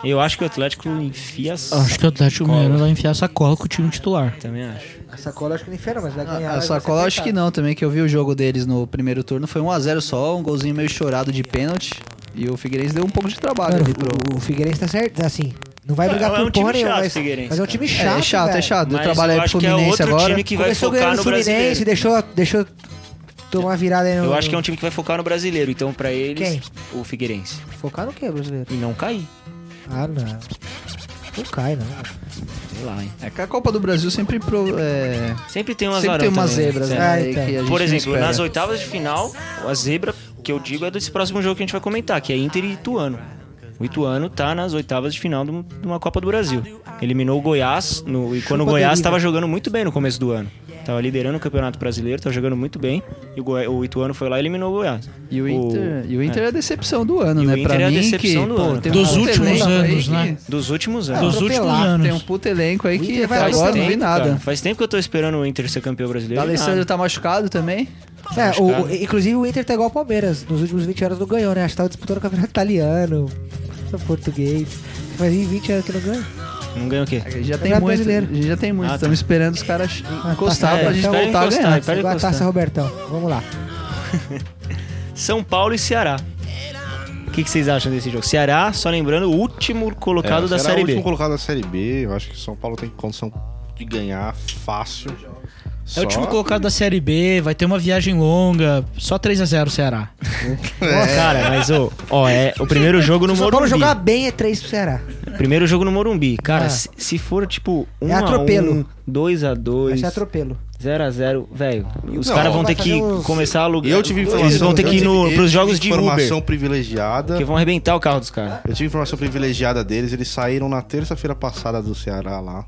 S1: Eu acho que o Atlético
S3: Ah.
S1: enfia... as-
S2: Acho que o Atlético
S1: Cola.
S2: Mineiro vai enfiar a sacola com o time titular.
S1: Também acho.
S3: A sacola acho que não é inferno, mas vai ganhar.
S4: A Ah, sacola acho que não também, que eu vi o jogo deles no primeiro turno. Foi 1x0 só, um golzinho meio chorado de pênalti. E o Figueirense deu um pouco de trabalho ali pro.
S3: o, o Figueirense tá certo, assim... Não vai brigar
S1: É, é um
S3: por
S1: time
S3: porra nenhuma,
S1: chato,
S3: mas,
S1: Figueirense,
S3: mas é um
S1: cara.
S3: time
S4: É,
S3: chato,
S4: é chato,
S3: velho.
S4: é chato.
S1: Mas
S4: eu trabalho
S1: eu
S4: aí pro
S1: acho que é
S4: Fluminense
S1: outro
S4: agora.
S1: time que vai
S3: Começou
S1: focar
S3: ganhando
S1: no
S3: o
S1: brasileiro.
S3: Fluminense, deixou, deixou tomar virada aí no...
S1: Eu acho que é um time que vai focar no brasileiro. Então, pra eles,
S3: Quem?
S1: o Figueirense.
S3: Focar no quê, brasileiro?
S1: E não cair.
S3: Ah, não. Não cai, não.
S1: Sei lá, hein.
S4: É que a Copa do Brasil sempre. Pro, é,
S1: Sempre tem umas
S4: sempre tem umas
S1: também, né?
S4: zebras,
S1: É.
S4: né?
S3: Ah,
S4: aí
S3: então.
S4: que a gente
S1: Por
S4: não
S1: exemplo,
S4: espera.
S1: nas oitavas de final, a zebra que eu digo é desse próximo jogo que a gente vai comentar, que é Inter e Ituano. O Ituano tá nas oitavas de final de um- de uma Copa do Brasil. Eliminou o Goiás, no- e quando o
S3: Chupa
S1: Goiás
S3: deriva.
S1: estava jogando muito bem no começo do ano. Tava liderando o Campeonato Brasileiro, tava jogando muito bem. E o, Goi- o Ituano foi lá e eliminou o Goiás.
S4: E o Inter, e o Inter é. a decepção do ano,
S1: E o
S4: né?
S1: Inter
S4: pra
S1: é a
S4: mim,
S1: decepção
S4: que,
S1: do
S4: pô,
S1: ano.
S4: tem um
S2: Dos
S4: puta
S2: últimos
S4: elenco aí
S2: anos,
S4: que-
S2: né?
S1: Dos últimos
S3: Ah,
S1: anos.
S2: Dos últimos
S3: atropelar.
S2: anos.
S4: Tem um puto elenco aí
S3: O
S4: que
S3: Inter vai
S4: até É, agora não vi
S1: tempo, cara.
S4: nada.
S1: Faz tempo que eu tô esperando o Inter ser campeão brasileiro.
S4: O
S1: e nada.
S4: Alessandro tá machucado também.
S3: É,
S1: Acho né?
S3: o,
S1: caro.
S3: o- inclusive o Inter tá igual o Palmeiras. Nos últimos 20 anos não ganhou, né? Acho que tava disputando o campeonato italiano, português. Mas em 20 anos que não ganha.
S1: Ah, Não ganhou o quê?
S4: Já tem
S3: Campeonato
S4: muito,
S3: é brasileiro.
S4: a gente já tem muito.
S1: Ah, tá.
S4: Estamos esperando os caras encostar
S3: tá,
S4: pra
S3: é,
S4: gente
S3: então
S4: voltar a
S1: encostar,
S4: ganhar.
S1: Pera aí,
S3: Igual a taça
S1: Costa.
S3: Robertão. Vamos lá.
S1: São Paulo e Ceará. O que, que vocês acham desse jogo? Ceará, só lembrando, o último colocado
S5: É,
S1: da
S5: será
S1: Série
S5: o
S1: B.
S5: último colocado da Série B. Eu acho que o São Paulo tem condição de ganhar fácil.
S2: É o time colocado da Série B, vai ter uma viagem longa, só 3x0 Ceará.
S1: É. Cara, mas ô, ó, é o primeiro jogo no
S3: Se o São Paulo
S1: Morumbi.
S3: jogar bem é 3 pro Ceará.
S1: Primeiro jogo no Morumbi. Cara,
S3: Ah.
S1: se, se for tipo 1
S3: É
S1: x
S3: atropelo.
S1: 1, 2 a
S3: Vai
S1: 2,
S3: ser atropelo.
S1: 0 a 0, velho. Os
S5: Não,
S1: caras vão
S3: vai
S1: ter que
S3: fazer uns-
S1: começar a alugar.
S5: Eu tive informação.
S1: Eles vão ter
S5: eu
S1: que ir no,
S5: tive-
S1: pros
S5: eu
S1: jogos
S5: tive
S1: de
S5: Informação
S1: Uber.
S5: privilegiada.
S1: Porque vão arrebentar o carro dos caras.
S5: Eu tive informação privilegiada deles, eles saíram na terça-feira passada do Ceará lá.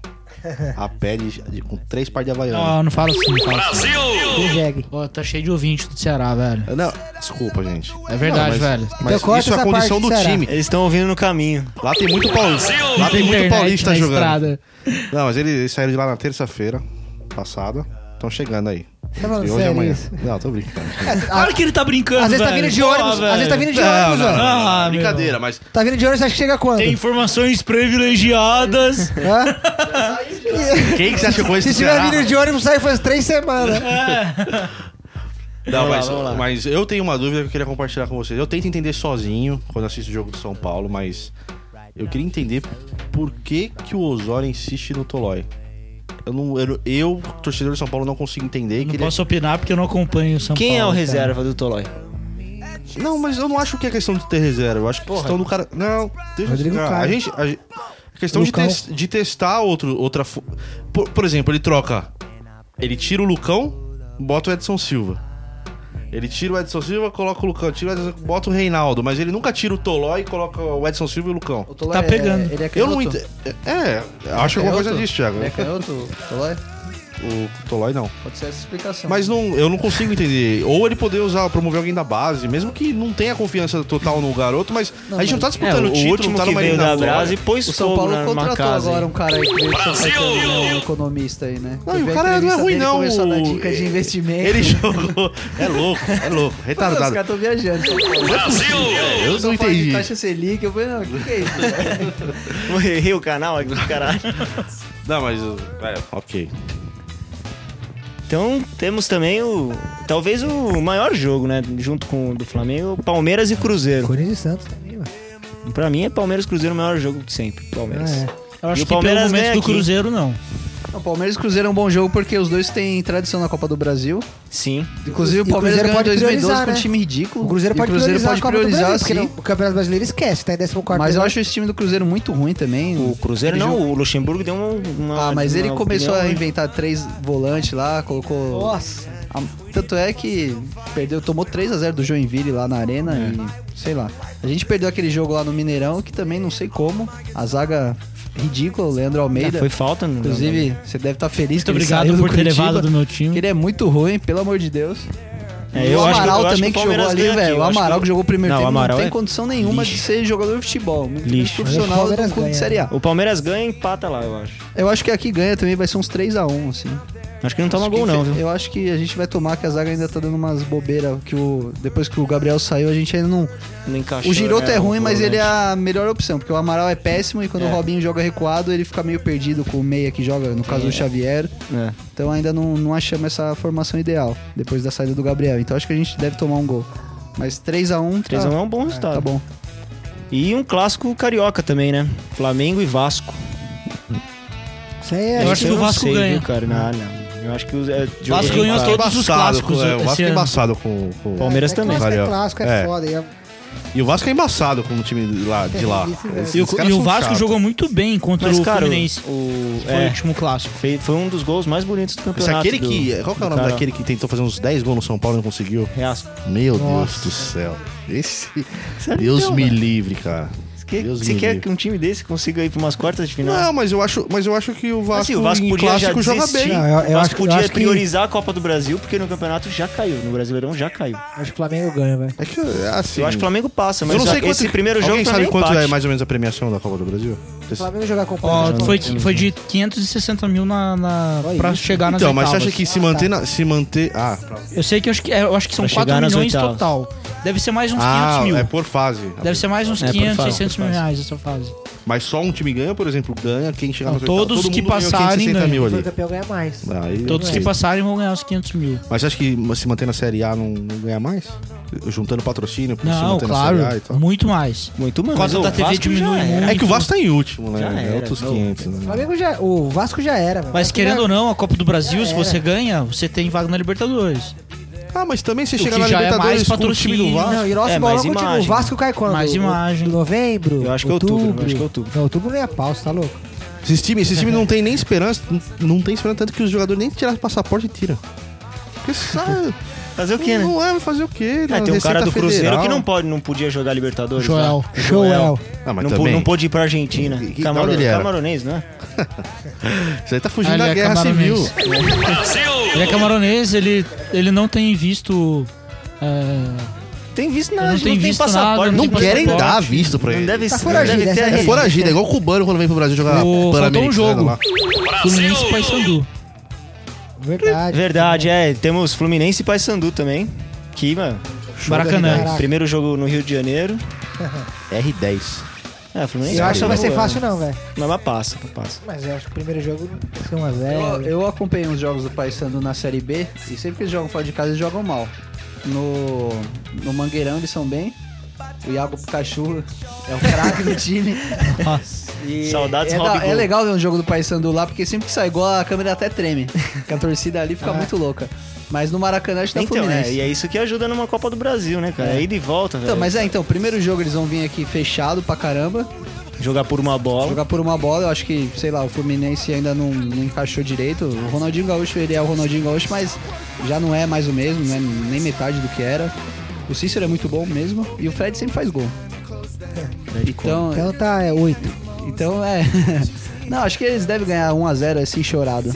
S5: A pé de, de- com três par de havaiana.
S1: Tá.
S2: Não, não fala assim, não fala assim.
S3: Do jegue.
S2: Ó, tá cheio de ouvinte do Ceará, velho.
S5: Não, desculpa, gente.
S2: É verdade, velho.
S5: Mas
S3: corta
S5: isso é a
S3: essa
S5: condição
S3: parte,
S5: do
S3: Ceará.
S5: time.
S1: Eles estão ouvindo no caminho.
S5: Lá tem muito paulista. Lá tem muito
S2: Internet
S5: paulista
S2: na
S5: jogando.
S2: estrada.
S5: Não, mas eles, eles saíram de lá na terça-feira passada. Estão chegando aí.
S3: Tá falando
S5: E
S4: é
S5: hoje e
S3: sério
S5: amanhã.
S3: isso?
S5: Não, tô brincando.
S2: Claro que ele tá brincando,
S3: Às vezes tá
S2: velho.
S3: vindo de
S2: Pô,
S3: ônibus.
S2: velho.
S3: Às vezes tá vindo de
S5: Não, não,
S3: ônibus,
S5: não,
S3: ó.
S1: É
S5: não,
S2: Ah,
S5: brincadeira, mas
S3: Tá vindo de ônibus, acho que chega quando?
S2: Tem informações privilegiadas.
S3: Hã?
S5: quem que você acha que eu conheço
S3: Se
S5: do
S3: tiver
S5: Ceará?
S3: vindo de ônibus, sai faz 3 semanas.
S5: Não, mas, mas eu tenho uma dúvida que eu queria compartilhar com vocês. Eu tento entender sozinho quando assisto o jogo do São Paulo, mas eu queria entender por que, que o Osório insiste no Tolói. Eu, não, eu, eu, torcedor de São Paulo, não consigo entender.
S2: Não
S5: queria-
S2: posso opinar porque eu não acompanho o São
S1: Quem
S2: Paulo.
S1: é o
S2: cara.
S1: reserva do Tolói?
S5: Não, mas eu não acho que é questão de ter reserva. Eu acho que é questão do cara. Não, deixa eu
S3: Rodrigo
S5: explicar.
S3: Caio.
S5: A gente. A, gente- a questão de,
S3: Lucão.
S5: tes- de testar outro, outra. fo- Por, por exemplo, ele troca Ele tira o Lucão, bota o Edson Silva. Ele tira o Edson Silva, coloca o Lucão, tira o Edson, bota o Reinaldo, mas ele nunca tira o Toló e coloca o Edson Silva e o Lucão.
S4: O Tolói
S2: Tá
S4: é-
S2: pegando.
S4: ele é
S5: Eu não
S4: canhoto?
S5: entendo. É, acho alguma coisa
S4: canhoto?
S5: disso, Thiago.
S4: Ele é canhoto, o Tolói?
S5: O Tolói não.
S4: Pode ser essa explicação.
S5: Então. Mas não, eu não consigo entender. Ou ele poder usar, promover alguém da base, mesmo que não tenha confiança total no garoto, mas a gente não tá
S1: É,
S5: disputando
S1: o,
S5: o título,
S1: último
S5: não tá
S1: que
S5: numa
S1: veio da
S5: eliminatória.
S1: Brasa e pôs
S4: o São
S1: fogo
S4: Paulo
S1: na- numa
S4: contratou
S1: casa.
S4: agora
S1: hein?
S4: um cara aí que veio de São Caetano, um economista aí, né?
S5: Não, e
S4: Tu
S5: o
S4: vê a
S5: cara não é
S4: entrevista
S5: ruim,
S4: dele,
S5: não,
S4: Começou a dar
S5: o-
S4: dica de investimento.
S5: Ele jogou. É louco, é louco.
S4: Mano, Os
S5: Retardado.
S4: caras tão viajando. Brasil!
S5: Eu não entendi.
S4: taxa Selic, eu falei, não, o que, que é isso?
S1: Eu Errei o canal aqui, caralho.
S5: Não, mas. É, ok.
S1: Então temos também o. Talvez o maior jogo, né? Junto com o do Flamengo, Palmeiras e Cruzeiro.
S3: Corinthians e Santos também, mano.
S1: Pra mim é Palmeiras e Cruzeiro o maior jogo de sempre. Palmeiras.
S3: Ah, é.
S2: Eu
S1: E
S2: acho
S1: o
S2: que pelo
S1: Palmeiras
S2: momento
S1: ganha
S2: do
S1: aqui.
S2: Cruzeiro, não.
S4: O Palmeiras e Cruzeiro é um bom jogo porque os dois têm tradição na Copa do Brasil.
S1: Sim.
S4: Inclusive,
S3: E
S4: o
S3: o
S4: Palmeiras
S3: Cruzeiro
S4: ganhou em
S3: pode
S4: 2012
S3: priorizar,
S4: com um
S3: né?
S4: time ridículo.
S3: O Cruzeiro
S4: e
S3: pode
S4: o Cruzeiro
S3: priorizar
S4: pode
S3: a Copa do
S4: priorizar,
S3: Brasil, porque
S4: sim.
S3: não- o Campeonato Brasileiro esquece, tá em 14
S4: Mas eu acho esse time do Cruzeiro muito ruim também.
S1: O Cruzeiro
S4: Ele
S1: não,
S4: jogou-
S1: o Luxemburgo deu uma. uma-
S4: Ah, mas ele
S1: uma
S4: começou a
S1: opinião,
S4: inventar três volantes lá, colocou.
S3: Nossa.
S4: A- Tanto é que perdeu, tomou 3 a 0 do Joinville lá na arena
S1: É.
S4: e sei lá. A gente perdeu aquele jogo lá no Mineirão que também não sei como. A zaga ridícula, o Leandro
S1: né? Ah,
S4: Almeida.
S1: foi falta, não-
S4: Inclusive, você deve estar feliz
S2: Muito obrigado por ter levado do meu time.
S4: Ele é muito ruim, pelo amor de Deus.
S1: É,
S4: E
S1: eu
S4: o
S1: acho que-
S4: Amaral
S1: eu acho
S4: também
S1: que
S4: que,
S1: o
S4: jogou
S1: Palmeiras
S4: ali,
S1: ganha aqui,
S4: velho.
S1: eu
S4: O
S1: acho
S4: Amaral
S1: que-
S4: que jogou o primeiro
S1: Não,
S4: tempo
S1: o
S4: não
S1: Amaral
S4: tem
S1: é
S4: condição nenhuma de
S1: lixo.
S4: ser jogador de futebol.
S1: Lixo.
S4: Profissional de um
S3: Palmeiras
S4: clube de
S3: ganha.
S4: Série A.
S1: O Palmeiras ganha e empata lá, eu acho.
S4: Eu acho que aqui ganha também, vai ser uns 3x1, assim.
S1: Acho que não toma
S4: Acho que
S1: gol, não,
S4: infe-
S1: viu?
S4: Eu acho que a gente vai tomar, que a zaga ainda tá dando umas bobeiras. Que o, depois que o Gabriel saiu, a gente ainda não.
S1: Não encaixou.
S4: O Giroto
S1: né,
S4: é ruim, mas ele é
S1: volante.
S4: a melhor opção, porque o Amaral é péssimo e quando
S1: É.
S4: o Robinho joga recuado, ele fica meio perdido com o meia que joga, no caso
S1: É.
S4: do Xavier.
S1: É.
S4: Então ainda não, não achamos essa formação ideal depois da saída do Gabriel. Então acho que a gente deve tomar um gol. Mas 3x1 tá,
S1: 3x1 é um bom resultado.
S4: tá bom.
S1: E um clássico carioca também, né? Flamengo e Vasco.
S3: Isso aí é.
S2: Eu acho que o
S1: não
S2: Vasco
S1: sei,
S2: ganha.
S1: Viu, cara? Não, não. Eu acho que o é, jogo
S2: Vasco
S1: de
S2: ganhou
S1: empate.
S2: todo- todos os
S5: Tá Embaçado
S2: clássicos
S5: com- é, o Vasco
S2: esse
S5: é
S2: ano.
S5: embaçado com, com-
S1: Palmeiras
S3: é
S1: também.
S3: Clássico, é
S5: Valeu.
S3: clássico, é,
S5: É.
S3: foda. E é-
S5: E o Vasco é embaçado com o time de lá. De lá.
S3: Isso, velho.
S5: Esses
S2: E o,
S5: caras
S2: e o
S5: são
S2: Vasco
S5: chatos.
S2: jogou muito bem contra
S1: Mas,
S2: o
S1: cara,
S2: Fluminense.
S1: o,
S2: Foi o
S1: é,
S2: último clássico.
S1: fe- foi um dos gols mais bonitos do
S5: Esse
S1: campeonato.
S5: aquele
S1: do-
S5: que. Qual que é o
S1: do
S5: nome
S1: cara.
S5: daquele que tentou fazer uns 10 gols no São Paulo e não conseguiu?
S1: Reasco.
S5: Meu
S3: Nossa.
S5: Deus do céu. Esse.
S1: é
S5: Deus me livre, cara.
S1: Que-
S5: Deus
S1: Você
S5: me
S1: quer
S5: livre.
S1: que um time desse consiga ir para umas quartas de final?
S5: Não, mas eu acho, mas eu acho que o Vasco,
S1: Assim, o Vasco
S5: em
S1: podia já
S5: clássico joga
S1: desistir.
S5: bem.
S3: Não, eu- eu
S1: o Vasco
S3: acho que- eu
S1: podia
S3: acho que-
S1: priorizar a Copa do Brasil, porque no campeonato já caiu. No Brasileirão já caiu.
S3: Acho que o Flamengo ganha, velho.
S5: É que assim.
S1: Eu acho que o Flamengo passa, mas
S5: eu não sei
S1: a- esse
S5: quanto-
S1: primeiro jogo
S5: Alguém
S1: pra
S5: sabe
S1: mim,
S5: quanto
S1: empate. Tá
S5: é mais ou menos a premiação da Copa do Brasil?
S3: O Flamengo jogar com o
S2: Ó,
S3: Palmeiras.
S2: foi, foi de 560 mil na, na-
S3: Olha
S2: pra
S3: isso.
S2: chegar nas
S5: Então, mas você
S2: oitavas.
S5: acha que se manter na- se manter ah,
S2: Eu sei que, eu acho, que é, eu acho que são
S1: Pra chegar
S2: 4
S1: nas
S2: milhões
S1: oitavas.
S2: total. Deve ser mais uns 500
S5: ah,
S2: mil.
S5: é por fase.
S2: Deve ser mais uns
S1: É, por
S2: 500,
S1: fase,
S2: 600
S1: por
S2: mil
S1: fase.
S2: reais essa fase.
S5: Mas só um time ganha, por exemplo, ganha quem chegar
S2: Não,
S5: na final.
S2: todos
S5: Todo
S2: que
S5: mundo ganhou
S2: passarem
S1: né?
S5: 560 mil ali.
S3: O campeão ganha mais.
S5: Aí,
S2: Todos que
S5: ok.
S2: passarem vão ganhar os 500 mil.
S5: Mas você acha que se manter na Série A não, não ganha mais? Juntando patrocínio pra se
S2: Não,
S5: manter
S2: claro.
S5: na Série A e tal.
S2: Muito mais.
S1: Muito mais.
S2: Por causa da TV diminui muito.
S5: É que o Vasco tá em último, né?
S1: Já era,
S5: é outros
S1: não.
S5: 500,
S3: O
S5: né?
S3: Flamengo já. O Vasco já era, velho.
S2: Mas
S3: O Vasco
S2: querendo
S3: já-
S2: ou não, a Copa É. do Brasil, se
S3: era.
S2: você ganha, você tem vaga na Libertadores.
S5: Ah, mas também você
S2: O
S5: chega
S2: que
S5: na
S2: já é
S5: Libertadores
S2: mais
S5: com o time do
S2: patrocínio.
S5: Vasco.
S3: Não, e o nosso
S1: É,
S3: bolão
S1: mais
S3: continua.
S1: imagem.
S3: O Vasco cai quando?
S2: Mais
S3: O-
S2: imagem.
S3: o- Novembro?
S1: Eu acho que é outubro, eu acho que é outubro.
S3: Não, outubro nem a pau, você tá louco?
S5: Esses times esse time
S1: É.
S5: não tem nem esperança, n- não tem esperança tanto que os jogadores nem tirar passaporte e tira. Porque sabe,
S1: Fazer o quê, né?
S5: não é fazer o quê?
S1: É,
S5: né?
S1: tem um cara
S5: Receita
S1: do Cruzeiro
S5: Federal.
S1: que não, pode, não podia jogar Libertadores.
S2: Joel.
S1: lá.
S3: Joel.
S5: Ah, mas
S1: não, pô-
S5: também.
S1: não pôde ir pra Argentina.
S5: Que- que-
S1: Camaro-
S5: onde ele era?
S1: Camaronês, né?
S5: Você tá fugindo
S2: Ah, ele
S5: da
S2: é
S5: guerra civil.
S2: camaronês. Ele é camaronês, ele, ele não tem visto. é,
S1: Tem visto nada,
S2: Não
S1: não tem,
S2: tem
S1: não tem
S2: visto nada,
S1: passaporte.
S2: não
S1: tem
S5: Não
S2: tem
S5: querem
S1: passaporte.
S5: dar visto pra
S1: Não
S5: ele.
S1: deve
S3: Tá
S1: ser.
S3: foragido,
S1: deve
S3: essa
S1: ter
S3: é a
S1: a
S5: É
S1: regra.
S5: foragido, é igual o cubano quando vem pro Brasil jogar
S2: O- faltou um
S5: Pan-Americano
S2: jogo.
S5: lá.
S2: Fluminense e Paysandu.
S3: Verdade.
S1: Verdade, é. Temos Fluminense e Paysandu também. Que, mano.
S2: Maracanã.
S3: Caraca.
S1: Primeiro jogo no Rio de Janeiro.
S5: R10.
S1: É, Fluminense.
S3: Eu acho que não vai ser
S1: boa.
S3: fácil, não, velho.
S1: Mas vai passa, vai passa.
S3: Mas eu acho que o primeiro jogo vai ser 1x0.
S4: Eu, eu acompanhei os jogos do Paysandu na Série B e sempre que eles jogam fora de casa, eles jogam mal. No, no Mangueirão eles são bem. O Iago Pikachu é o craque do time.
S2: Nossa.
S4: E
S1: Saudades,
S4: é, da-
S1: Robigol.
S4: é legal ver um jogo do Paysandu lá, porque sempre que sai gol a câmera até treme. Porque a torcida ali fica muito louca. Mas no Maracanã acho que tá
S1: É. Então, é,
S4: Fluminense.
S1: e é isso que ajuda numa Copa do Brasil, né, cara? É, ida e volta, velho.
S4: Então, mas é, então, primeiro jogo eles vão vir aqui fechado pra caramba.
S1: jogar por uma bola.
S4: Jogar por uma bola, eu acho que, sei lá, o Fluminense ainda não, não encaixou direito. O Ronaldinho Gaúcho, ele é o Ronaldinho Gaúcho, mas já não é mais o mesmo, né? nem metade do que era. O Cícero é muito bom mesmo e o Fred sempre faz gol. Então,
S3: Então tá, é 8.
S4: então é. Não, acho que eles devem ganhar 1x0 assim chorado.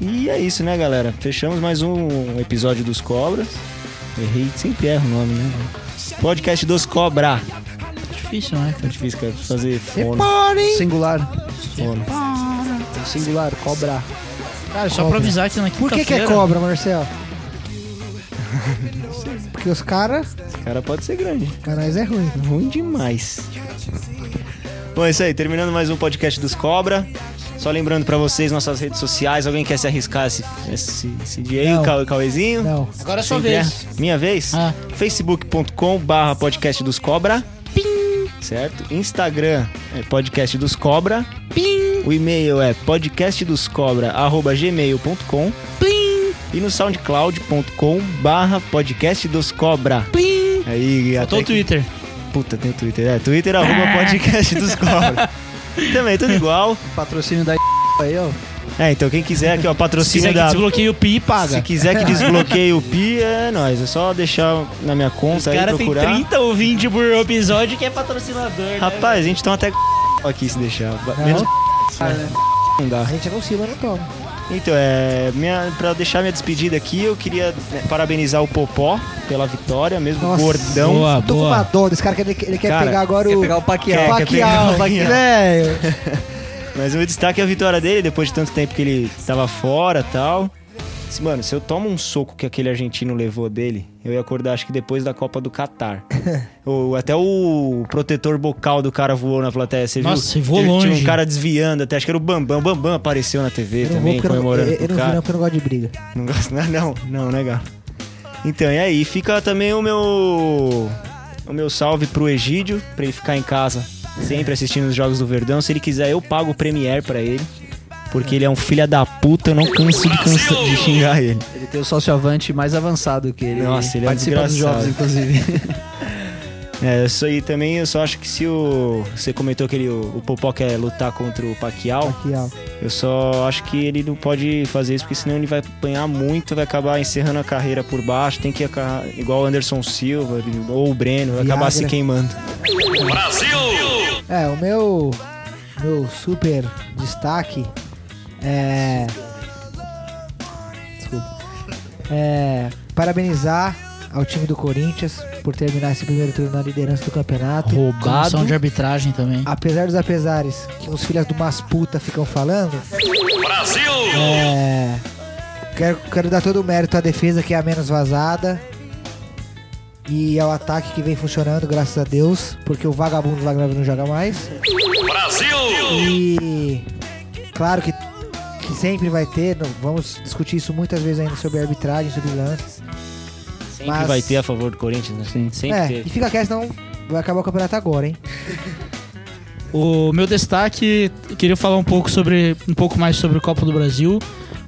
S1: E é isso, né, galera? Fechamos mais um episódio dos Cobras. Errei, sempre erro o nome, né? Podcast dos Cobra.
S2: Difícil, né?
S1: É difícil, cara, fazer fono.
S4: Singular,
S1: fono.
S4: singular, cobra.
S2: Cara, só pra avisar que na
S3: Por que, que
S2: quinta-feira...
S3: é cobra, Marcel? Porque os caras,
S1: Esse cara pode ser grande.
S3: canais é ruim.
S1: Ruim demais. Bom, é isso aí. Terminando mais um podcast dos Cobra. Só lembrando pra vocês nossas redes sociais. Alguém quer se arriscar esse, esse, esse dia aí,
S3: Não.
S1: o Cau- Cauezinho?
S3: Não.
S2: Agora é sua
S1: Sempre
S2: vez.
S1: é. Minha vez?
S2: Ah.
S1: facebook.com barra podcast dos cobra. Certo? Instagram é podcast dos cobra. O e-mail é podcastdoscobra.gmail.com E no soundcloud.com barra podcast dos cobra. Aí,
S2: Faltou
S1: até
S2: o Twitter.
S1: Puta, tem Twitter. É, Twitter arroba podcast dos cobra. Também, tudo igual.
S4: Patrocínio da aí, ó.
S1: É, então quem quiser aqui, ó,
S2: Se quiser
S1: patrocínio
S2: que
S1: da...
S2: desbloqueie o PI,
S1: Se
S2: paga.
S1: quiser que desbloqueie o Pi, é nóis. É só deixar na minha conta
S2: O
S1: aí,
S2: cara tem
S1: procurar.
S2: 30 ou 20 por episódio que é patrocinador, né?
S1: Rapaz, a gente toma até aqui se deixar. Ba- Menos né? não dá.
S3: A gente anuncia, mas não toma.
S1: Então, é, minha, pra deixar minha despedida aqui, eu queria né, parabenizar o Popó pela vitória, mesmo
S3: Nossa.
S1: gordão.
S2: Boa,
S3: Tô com
S2: boa.
S3: uma dor desse cara que ele, ele quer
S1: Cara,
S3: pegar agora
S4: Quer
S3: o. né?
S4: pegar o Paquial.
S1: Quer, quer pegar o
S3: Paquial,
S1: Paquial.
S3: velho.
S1: Mas o destaque é a vitória dele, depois de tanto tempo que ele tava fora e tal. Disse, Mano, se eu tomo um soco que aquele argentino levou dele, eu ia acordar acho que depois da Copa do Catar. Ou até o protetor bocal do cara voou na plateia, você
S2: Nossa,
S1: viu?
S2: e voou
S1: Tinha- Tinha
S2: longe.
S1: um cara desviando até, acho que era o Bambam. O Bambam apareceu na TV
S3: Eu não vou
S1: também,
S3: porque eu não,
S1: comemorando
S3: eu,
S1: com
S3: eu
S1: o
S3: não vi
S1: cara.
S3: não porque eu não gosto de briga.
S1: Não gosto, não, não, não, né, Gá? Então, e aí, fica também o meu. O meu salve pro Egídio, pra ele ficar em casa, sempre assistindo os Jogos do Verdão. Se ele quiser, eu pago o Premier pra ele. Porque ele é um filho da puta, eu não canso de, cansa- de xingar ele.
S4: Ele tem o sócio-avante mais avançado que ele.
S1: Nossa, ele é
S4: participa dos
S1: desgraçado.
S4: jogos, inclusive.
S1: É, isso aí também, eu só acho que se o. Você comentou que ele, o, o Popó quer lutar contra o Paquial.
S3: Aqui, ó.
S1: Eu só acho que ele não pode fazer isso, porque senão ele vai apanhar muito, vai acabar encerrando a carreira por baixo. Tem que aca- igual o Anderson Silva ou o Breno, vai acabar
S3: Viagra.
S1: se queimando.
S3: É, o meu, meu super destaque é. Desculpa. É. Parabenizar ao time do Corinthians por terminar esse primeiro turno na liderança do campeonato.
S2: Comissão de arbitragem também.
S3: Apesar dos apesares que uns filhas do umas puta ficam falando. Brasil! É. Quero, quero dar todo o mérito à defesa que é a menos vazada. E ao ataque que vem funcionando, graças a Deus, porque o vagabundo lá grave não joga mais. E claro que, que sempre vai ter, não- vamos discutir isso muitas vezes ainda sobre arbitragem, sobre lances.
S1: Sempre
S3: Mas-
S1: vai ter a favor do Corinthians, né? Sempre
S3: É, e
S1: teve.
S3: fica quieto, senão vai acabar o campeonato agora, hein?
S2: O meu destaque, eu queria falar um pouco sobre um pouco mais sobre o Copa do Brasil.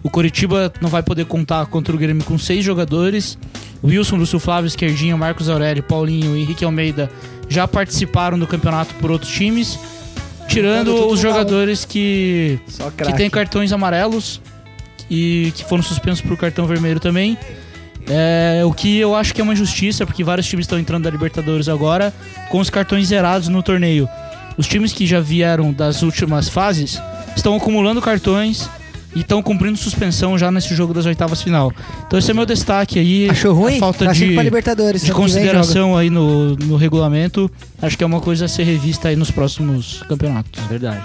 S2: O Coritiba não vai poder contar contra o Grêmio com seis jogadores. Wilson, Lúcio Flávio, Esquerdinho, Marcos Aurélio, Paulinho e Henrique Almeida já participaram do campeonato por outros times,
S3: Todo
S2: tirando
S3: tudo
S2: os
S3: dá um.
S2: jogadores que
S4: Só
S2: que
S4: craque.
S2: tem cartões amarelos e que foram suspensos por cartão vermelho também. É, o que eu acho que é uma injustiça, porque vários times estão entrando da Libertadores agora com os cartões zerados no torneio. Os times que já vieram das últimas fases estão acumulando cartões e estão cumprindo suspensão já nesse jogo das oitavas final. Então esse é meu destaque aí.
S3: Achou
S2: A
S3: ruim?
S2: falta
S3: Achei
S2: de,
S3: pra Libertadores.
S2: de
S3: ano que vem joga.
S2: consideração aí no, no regulamento. Acho que é uma coisa a ser revista aí nos próximos campeonatos.
S1: Verdade.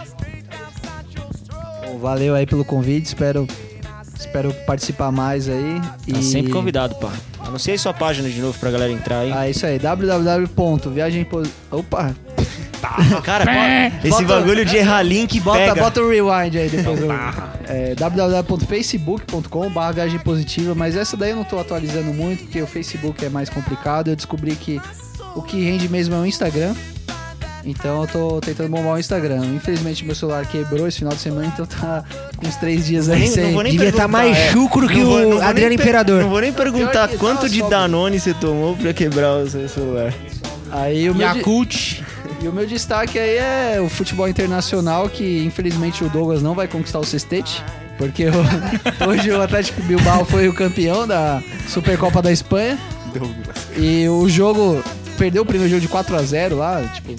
S4: Bom, valeu aí pelo convite, espero, espero participar mais aí.
S1: Tá
S4: e-
S1: sempre convidado, pá. Anunciei sua página de novo pra galera entrar aí.
S4: Ah, isso aí, www.viagem... Opa,
S1: Cara, pô, esse
S4: Bota-
S1: bagulho de errar link
S4: bota,
S1: pega. tá.
S4: bota o rewind aí depois. eu- é, www.facebook.com viagem positiva, mas essa daí eu não tô atualizando muito, porque o Facebook é mais complicado. Eu descobri que o que rende mesmo é o Instagram. Então eu tô tentando bombar o Instagram. Infelizmente meu celular quebrou esse final de semana, então tá com uns três dias aí
S1: Nem-
S4: sem.
S1: não vou nem
S3: devia
S1: perguntar,
S3: tá mais
S1: é.
S3: chucro que
S1: Não vou- não
S3: o
S1: vou nem
S3: Adriano
S1: per- Não
S3: Imperador.
S1: vou nem
S4: Pior
S1: perguntar
S4: que
S1: quanto
S4: tá,
S1: de
S4: sobe.
S1: Danone você tomou pra quebrar o seu celular.
S4: Aí o meu de-
S2: Yakult.
S4: E o meu destaque aí é o futebol internacional, que infelizmente o Douglas não vai conquistar o sextete, porque o- hoje o Atlético Bilbao foi o campeão da Supercopa da Espanha. E o jogo perdeu o primeiro jogo de 4 a 0 lá, tipo,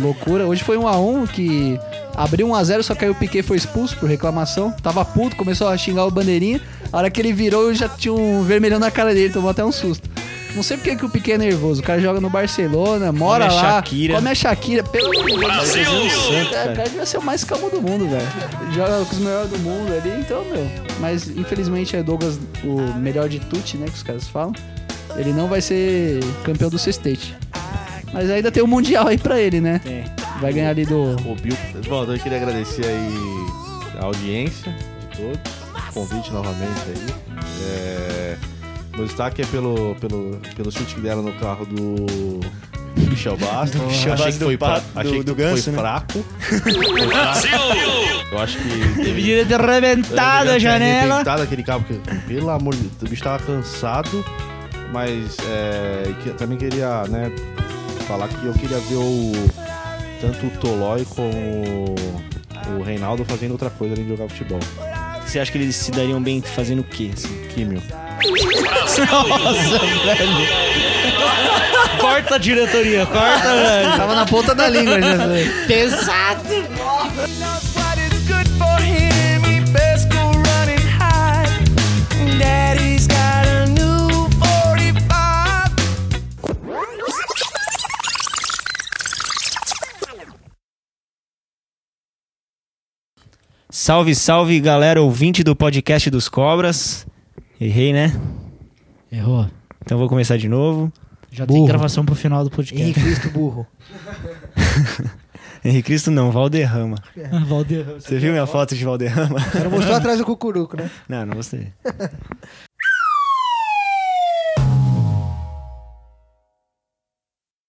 S4: loucura. Hoje foi 1 a 1 que abriu 1 a 0, só que aí o Piquet foi expulso por reclamação. Tava puto, começou a xingar o bandeirinha. A hora que ele virou, já tinha um vermelhão na cara dele, tomou até um susto. Não sei porque que o Piquet é nervoso. O cara joga no Barcelona, mora
S1: Come a
S4: lá,
S1: Shakira.
S4: come a é Shakira. Pelo amor de Deus, é, o cara devia ser o mais calmo do mundo, velho. Joga com os melhores do mundo ali, então, meu. Mas infelizmente é Douglas o melhor de Tutti, né? Que os caras falam. Ele não vai ser campeão do sextete. Mas ainda tem o Mundial aí pra ele, né?
S1: Tem.
S4: Vai ganhar ali do.
S5: Ô, Bill. Bom, então eu queria agradecer aí a audiência de todos. Convite novamente aí. É, Meu destaque é pelo, pelo, pelo chute que deram no carro do Michel Bastos.
S1: Michel
S5: achei
S1: Bastos
S5: que
S1: do
S5: foi, pra-
S1: Pato- do-
S5: achei que
S1: do
S5: foi
S1: Ganso, né?
S5: fraco. Eu acho que... teve-
S2: Deveria ter arrebentado a
S5: Ele já tinha
S2: janela.
S5: arrebentado aquele cabo, porque, pelo amor de Deus, o bicho tava cansado, mas é, que- também queria, né, falar que eu queria ver o tanto o Tolói como o, o Reinaldo fazendo outra coisa além de jogar futebol.
S1: Você acha que eles se dariam bem fazendo o quê? assim?
S5: Químio.
S2: Corta a diretoria, corta, velho.
S4: Tava na ponta da língua, né? Jesus.
S7: knows what is good for him. He best go run and hide. Daddy's got a new 45.
S1: Salve, salve, galera ouvinte do podcast dos Cobras. Errei, né?
S2: Errou.
S1: Então vou começar de novo.
S2: Já
S3: Burro.
S2: tem gravação pro final do podcast.
S3: Henrique Cristo burro.
S1: Henrique Cristo não, Valderrama.
S2: Valdeir.
S1: Você viu minha foto de Valderrama?
S3: O cara mostrou atrás do cucuruco, né?
S1: Não, não gostei.